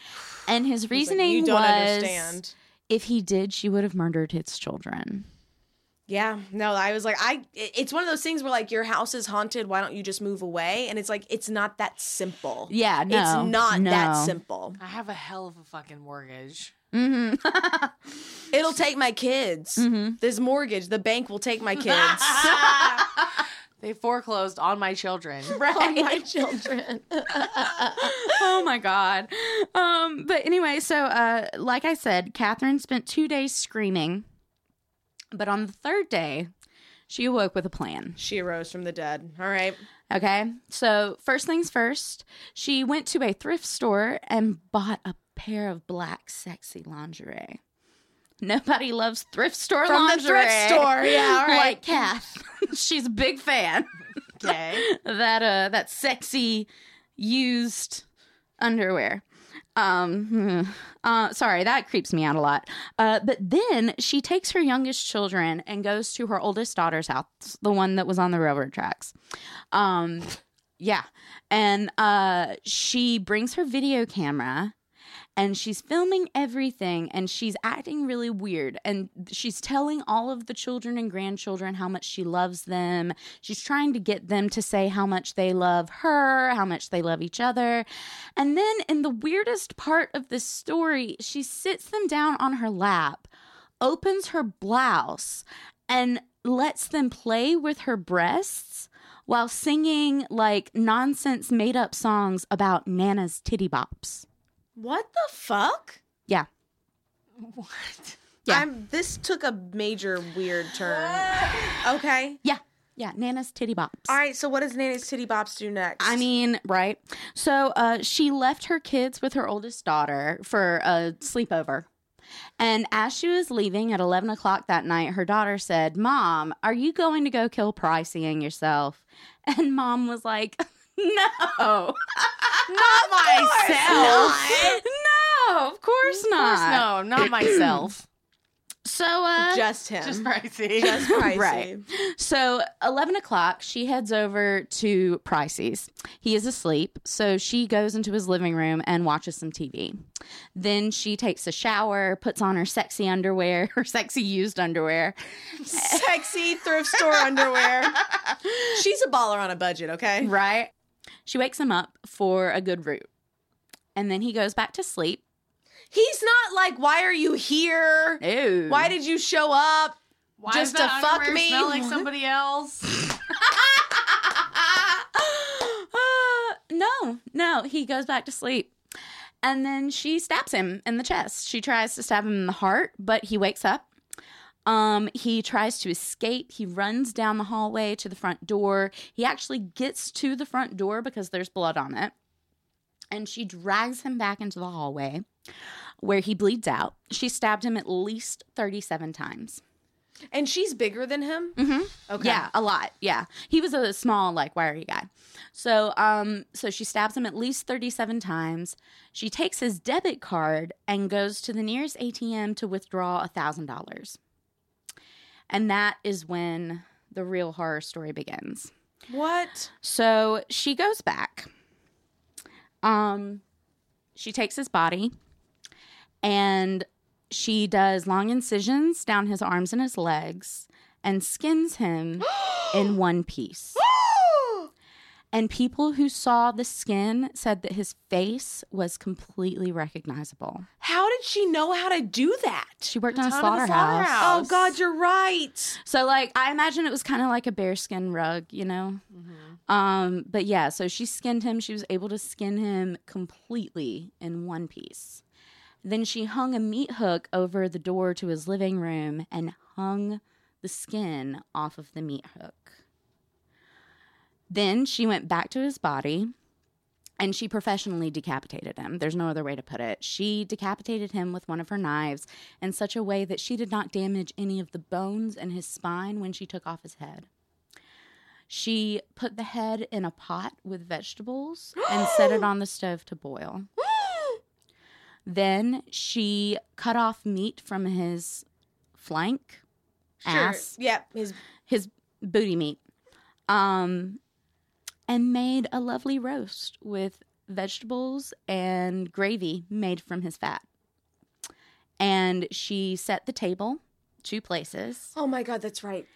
And He's his like, reasoning you don't was. understand. if he did, she would have murdered his children. Yeah, no, I was like, I. it- It's one of those things where like your house is haunted. Why don't you just move away? And it's like it's not that simple. Yeah, no, it's not that no. simple. I have a hell of a fucking mortgage. Mhm. It'll take my kids. Mhm. This mortgage, the bank will take my kids. They foreclosed on my children. On my children. oh my god. Um, but anyway, so uh, like I said, Catherine spent two days screaming, but on the third day, she awoke with a plan. she arose from the dead. All right. Okay. So, first things first, she went to a thrift store and bought a pair of black sexy lingerie. Nobody loves thrift store From the lingerie. thrift store, yeah, all right. Like Kath. She's a big fan. Okay. that uh that sexy used underwear. Um hmm. uh sorry, that creeps me out a lot. Uh but then she takes her youngest children and goes to her oldest daughter's house, the one that was on the railroad tracks. Um yeah. And uh she brings her video camera and she's filming everything and she's acting really weird and she's telling all of the children and grandchildren how much she loves them she's trying to get them to say how much they love her how much they love each other and then in the weirdest part of the story she sits them down on her lap opens her blouse and lets them play with her breasts while singing like nonsense made up songs about nana's titty bops What the fuck? yeah What? Yeah. I'm, this took a major weird turn. okay. Yeah. Yeah. Nana's titty bops. All right. So what does Nana's Titty Bops do next? I mean, right. So uh, she left her kids with her oldest daughter for a sleepover. And as she was leaving at 11 o'clock that night, her daughter said, Mom, are you going to go kill Pricey yourself? And mom was like, No. Not myself. no, of course Of course, not. no, not myself. So, uh, just him. Just pricey. Just pricey. Right. So, 11 o'clock, she heads over to Pricey's. He is asleep, so she goes into his living room and watches some TV. Then she takes a shower, puts on her sexy underwear, her sexy used underwear. Sexy thrift store underwear. She's a baller on a budget. Okay. Right? She wakes him up for a good root. And then he goes back to sleep. He's not like, why are you here? Ew. Why did you show up? Why Just does that to fuck underwear me? Smell like somebody else. Uh, no, no, he goes back to sleep. And then she stabs him in the chest. She tries to stab him in the heart, but he wakes up. Um, he tries to escape. He runs down the hallway to the front door. He actually gets to the front door because there's blood on it. And she drags him back into the hallway where he bleeds out. She stabbed him at least 37 times. And she's bigger than him. Mm-hmm. Okay. Yeah, a lot. Yeah. He was a small, like, wiry guy. So, um, so she stabs him at least 37 times. She takes his debit card and goes to the nearest ATM to withdraw a $1,000. And that is when the real horror story begins. What? So she goes back. Um, she takes his body and she does long incisions down his arms and his legs and skins him in one piece. And people who saw the skin said that his face was completely recognizable. How did she know how to do that? She worked on a Town of the slaughterhouse. slaughterhouse. Oh God, you're right. So like I imagine it was kind of like a bearskin rug, you know. Um, but yeah, so she skinned him. She was able to skin him completely in one piece. Then she hung a meat hook over the door to his living room and hung the skin off of the meat hook. Then she went back to his body and she professionally decapitated him. There's no other way to put it. She decapitated him with one of her knives in such a way that she did not damage any of the bones in his spine when she took off his head. She put the head in a pot with vegetables and set it on the stove to boil. Then she cut off meat from his flank, ass, Sure. Yep. His his booty meat um and made a lovely roast with vegetables and gravy made from his fat and she set the table two places Oh my God, that's right.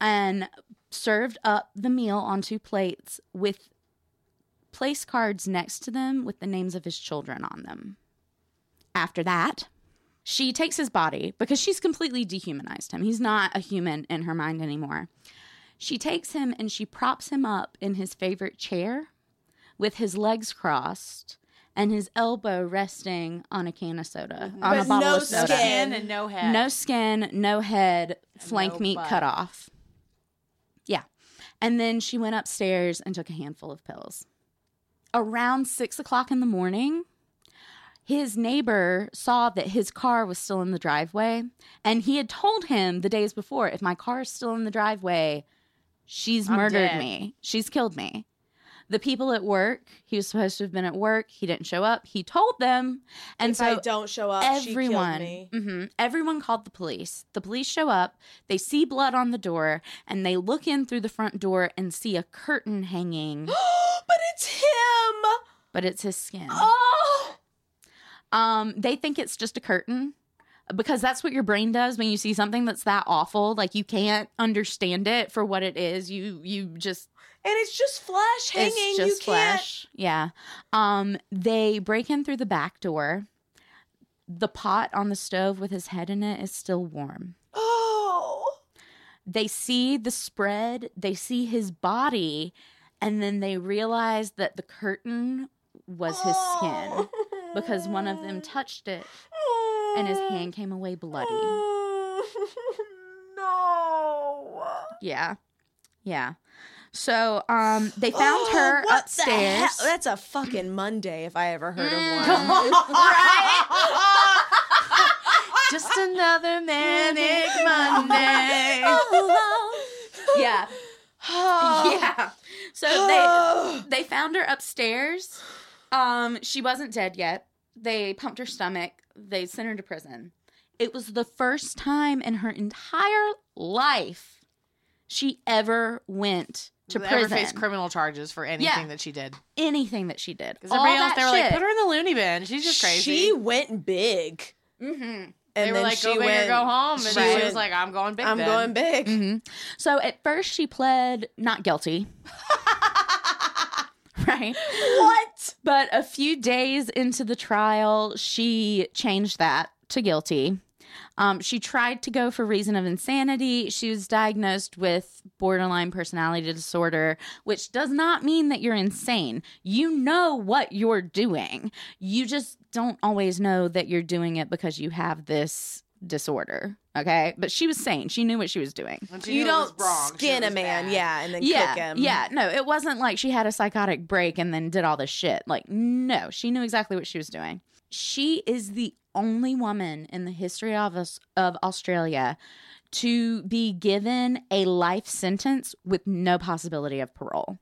and served up the meal on two plates with place cards next to them with the names of his children on them. After that, she takes his body because she's completely dehumanized him. He's not a human in her mind anymore. She takes him and she props him up in his favorite chair with his legs crossed and his elbow resting on a can of soda, on a But bottle no of soda. skin. Skin and no head. No skin, no head, flank no meat butt. cut off. Yeah. And then she went upstairs and took a handful of pills. Around six o'clock in the morning, his neighbor saw that his car was still in the driveway. And he had told him the days before if my car is still in the driveway, she's I'm murdered dead." me, she's killed me. The people at work, he was supposed to have been at work. He didn't show up. He told them. And if so I don't show up, everyone she killed me. mhm, everyone called the police the police show up they see blood on the door and they look in through the front door and see a curtain hanging but it's him. but it's his skin Oh, um they think it's just a curtain because that's what your brain does when you see something that's that awful like you can't understand it for what it is you you just and it's just flesh hanging. It's you just can't. flesh. Yeah. Um, they break in through the back door. The pot on the stove with his head in it is still warm. Oh, They see the spread, they see his body, and then they realize that the curtain was his skin Oh. because one of them touched it and his hand came away bloody. no. Yeah. Yeah. So um they found her Oh, what the hell? upstairs. That's a fucking Monday if I ever heard Mm. of one. Just another manic Monday. yeah. yeah. So they Oh. they found her upstairs. Um, she wasn't dead yet. They pumped her stomach. They sent her to prison. It was the first time in her entire life she ever went to ever prison. face criminal charges for anything Yeah. that she did. Anything that she did, Because all everybody else, that they were like, shit. put her in the loony bin. She's just crazy. She went big. Mhm. they And were then like, she go big went, or go home. And she she went, was like, I'm going big. I'm then." going big. Mhm. So at first she pled not guilty. right. What? But a few days into the trial, she changed that to guilty. Um, she tried to go for reason of insanity. She was diagnosed with borderline personality disorder, which does not mean that you're insane. You know what you're doing. You just don't always know that you're doing it because you have this disorder. Okay. But she was sane. She knew what she was doing. And she You knew it was don't wrong. She skin a was man, bad. yeah, and then yeah, kick him. Yeah, no, it wasn't like she had a psychotic break and then did all this shit. Like, no, she knew exactly what she was doing. She is the only woman in the history of us of Australia to be given a life sentence with no possibility of parole.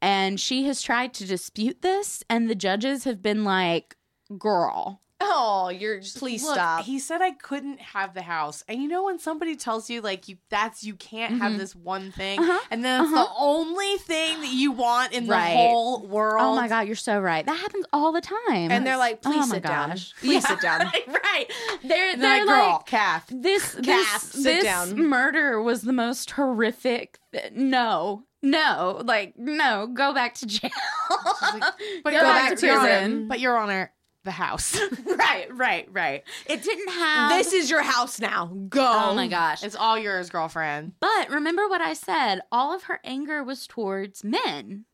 And she has tried to dispute this, and the judges have been like, girl. Oh, you're just please Look, stop. He said I couldn't have the house. And you know when somebody tells you like you that's you can't have Mhm. this one thing Uh-huh, and then it's the only thing that you want in Right. the whole world. Oh my God, you're so right. That happens all the time. and they're like, Oh please my sit down. gosh. Please sit down. right. They're, And they're they're like, like, girl, calf. this Cass, sit this, this down. murder was the most horrific th- no no like no go back to jail But Go Your back Honor- to Your Honor- prison. But your honor, the house. right right right it didn't have This is your house now. Go. oh my gosh it's all yours, girlfriend. but remember what i said all of her anger was towards men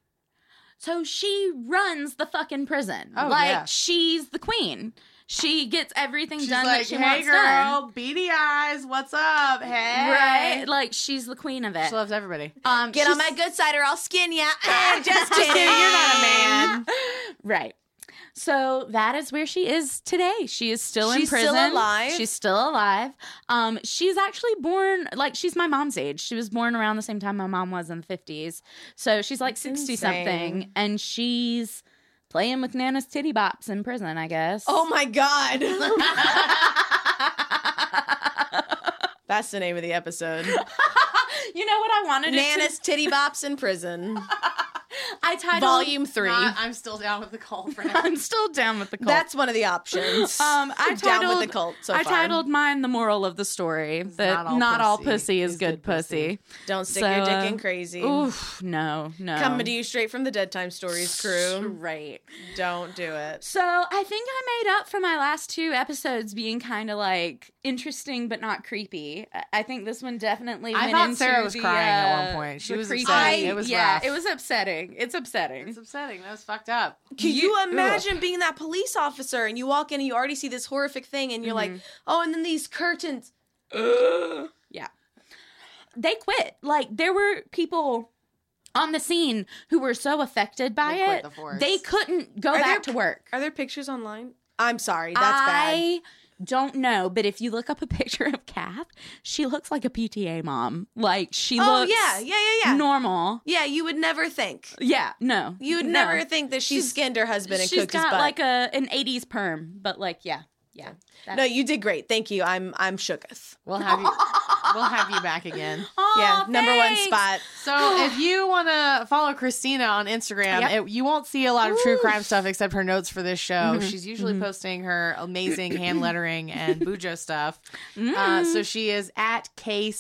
so she runs the fucking prison Oh, like yeah. she's the queen she gets everything She's done like, that she hey wants done girl, beady eyes, what's up? Hey. right like she's the queen of it She loves everybody. um Get on she's- my good side or I'll skin ya. Ah, just Just kidding. kidding, you're not a man. Right. So that is where she is today. She is still in She's prison. still alive? She's still alive. Um, she's actually born like she's my mom's age. She was born around the same time my mom was in the fifties. So she's like sixty something, insane. and she's playing with Nana's titty bops in prison. I guess. Oh my god. That's the name of the episode. you know what I wanted? Nana's. Nana's titty bops in prison. I titled. Volume three. Not- I'm still down with the call friend. I'm still down with the cult. That's one of the options. Um, I down with titled- the cult so I far. titled mine the moral of the story that not all not all pussy, pussy is, is good good pussy. pussy. Don't stick so, your uh, dick in crazy. Oof, no, no. Coming to you straight from the Dead Time Stories crew. Right. Don't do it. So I think I made up for my last two episodes being kind of like interesting but not creepy. I- I think this one definitely. I went thought into Sarah was the, crying at one uh, point. She the was creepy- upsetting. It was yeah, rough. it was upsetting. It's upsetting. It's upsetting. That was fucked up. Can you, You- imagine being that police officer and you walk in and you already see this Mm-hmm. horrific thing and you're like, oh, and then these curtains. yeah. they quit. Like there were people on the scene who were so affected by They quit it, the force. they couldn't go Are back there- to work. Are there pictures online? I'm sorry, that's bad. I don't know, but if you look up a picture of Kath, she looks like a PTA mom. Like she Oh looks yeah, yeah, yeah, yeah. normal. yeah, you would never think. Yeah, no. You would no. never think that she She's- skinned her husband and She's cooked got his butt. like a an 80s perm, but like yeah. Yeah. that. no, you did great. Thank you. I'm I'm shooketh. We'll have you. we'll have you back again. yeah, number one thanks. spot. So if you want to follow Christina on Instagram, Yep. it, you won't see a lot of true Ooh. crime stuff except her notes for this show. Mhm. She's usually Mhm. posting her amazing hand lettering and bujo stuff. Uh, so she is at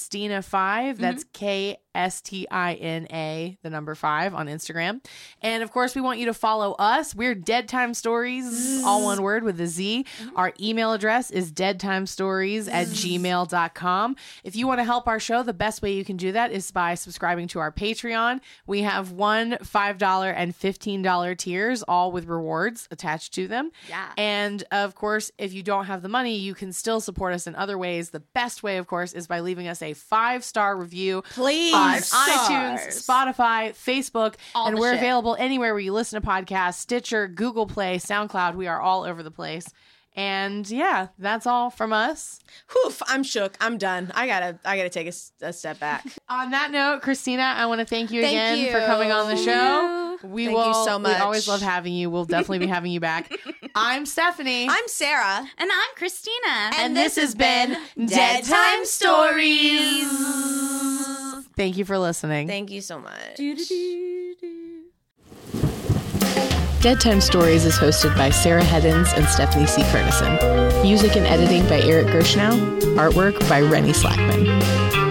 kstina5. That's K S T I N A, the number five on Instagram. And of course, we want you to follow us. We're Dead Time Stories, all one word with a Z. Our email address is deadtimestories at gmail.com. If you want to help our show, the best way you can do that is by subscribing to our Patreon. We have one $5 and $15 tiers, all with rewards attached to them. Yeah. And of course, if you don't have the money, you can still support us in other ways. The best way, of course, is by leaving us a five star review Please. on iTunes, stars. Spotify, Facebook, All and the we're shit. available anywhere where you listen to podcasts Stitcher, Google Play, SoundCloud. We are all over the place. And yeah, that's all from us. Poof, I'm shook. I'm done. I gotta I gotta take a, s- a step back. On that note, Christina, I want to thank you Thank again you. for coming on the Thank show. We Thank you will so We always much. love having you. We'll definitely be having you back. I'm Stephanie. I'm Sarah. And I'm Christina. And this has been Dead Time Stories. Thank you for listening. Thank you so much. Doo-doo-doo-doo. Dead Time Stories is hosted by Sarah Heddens and Stephanie C. Kernison. Music and editing by Eric Gershnow. Artwork by Rennie Slackman.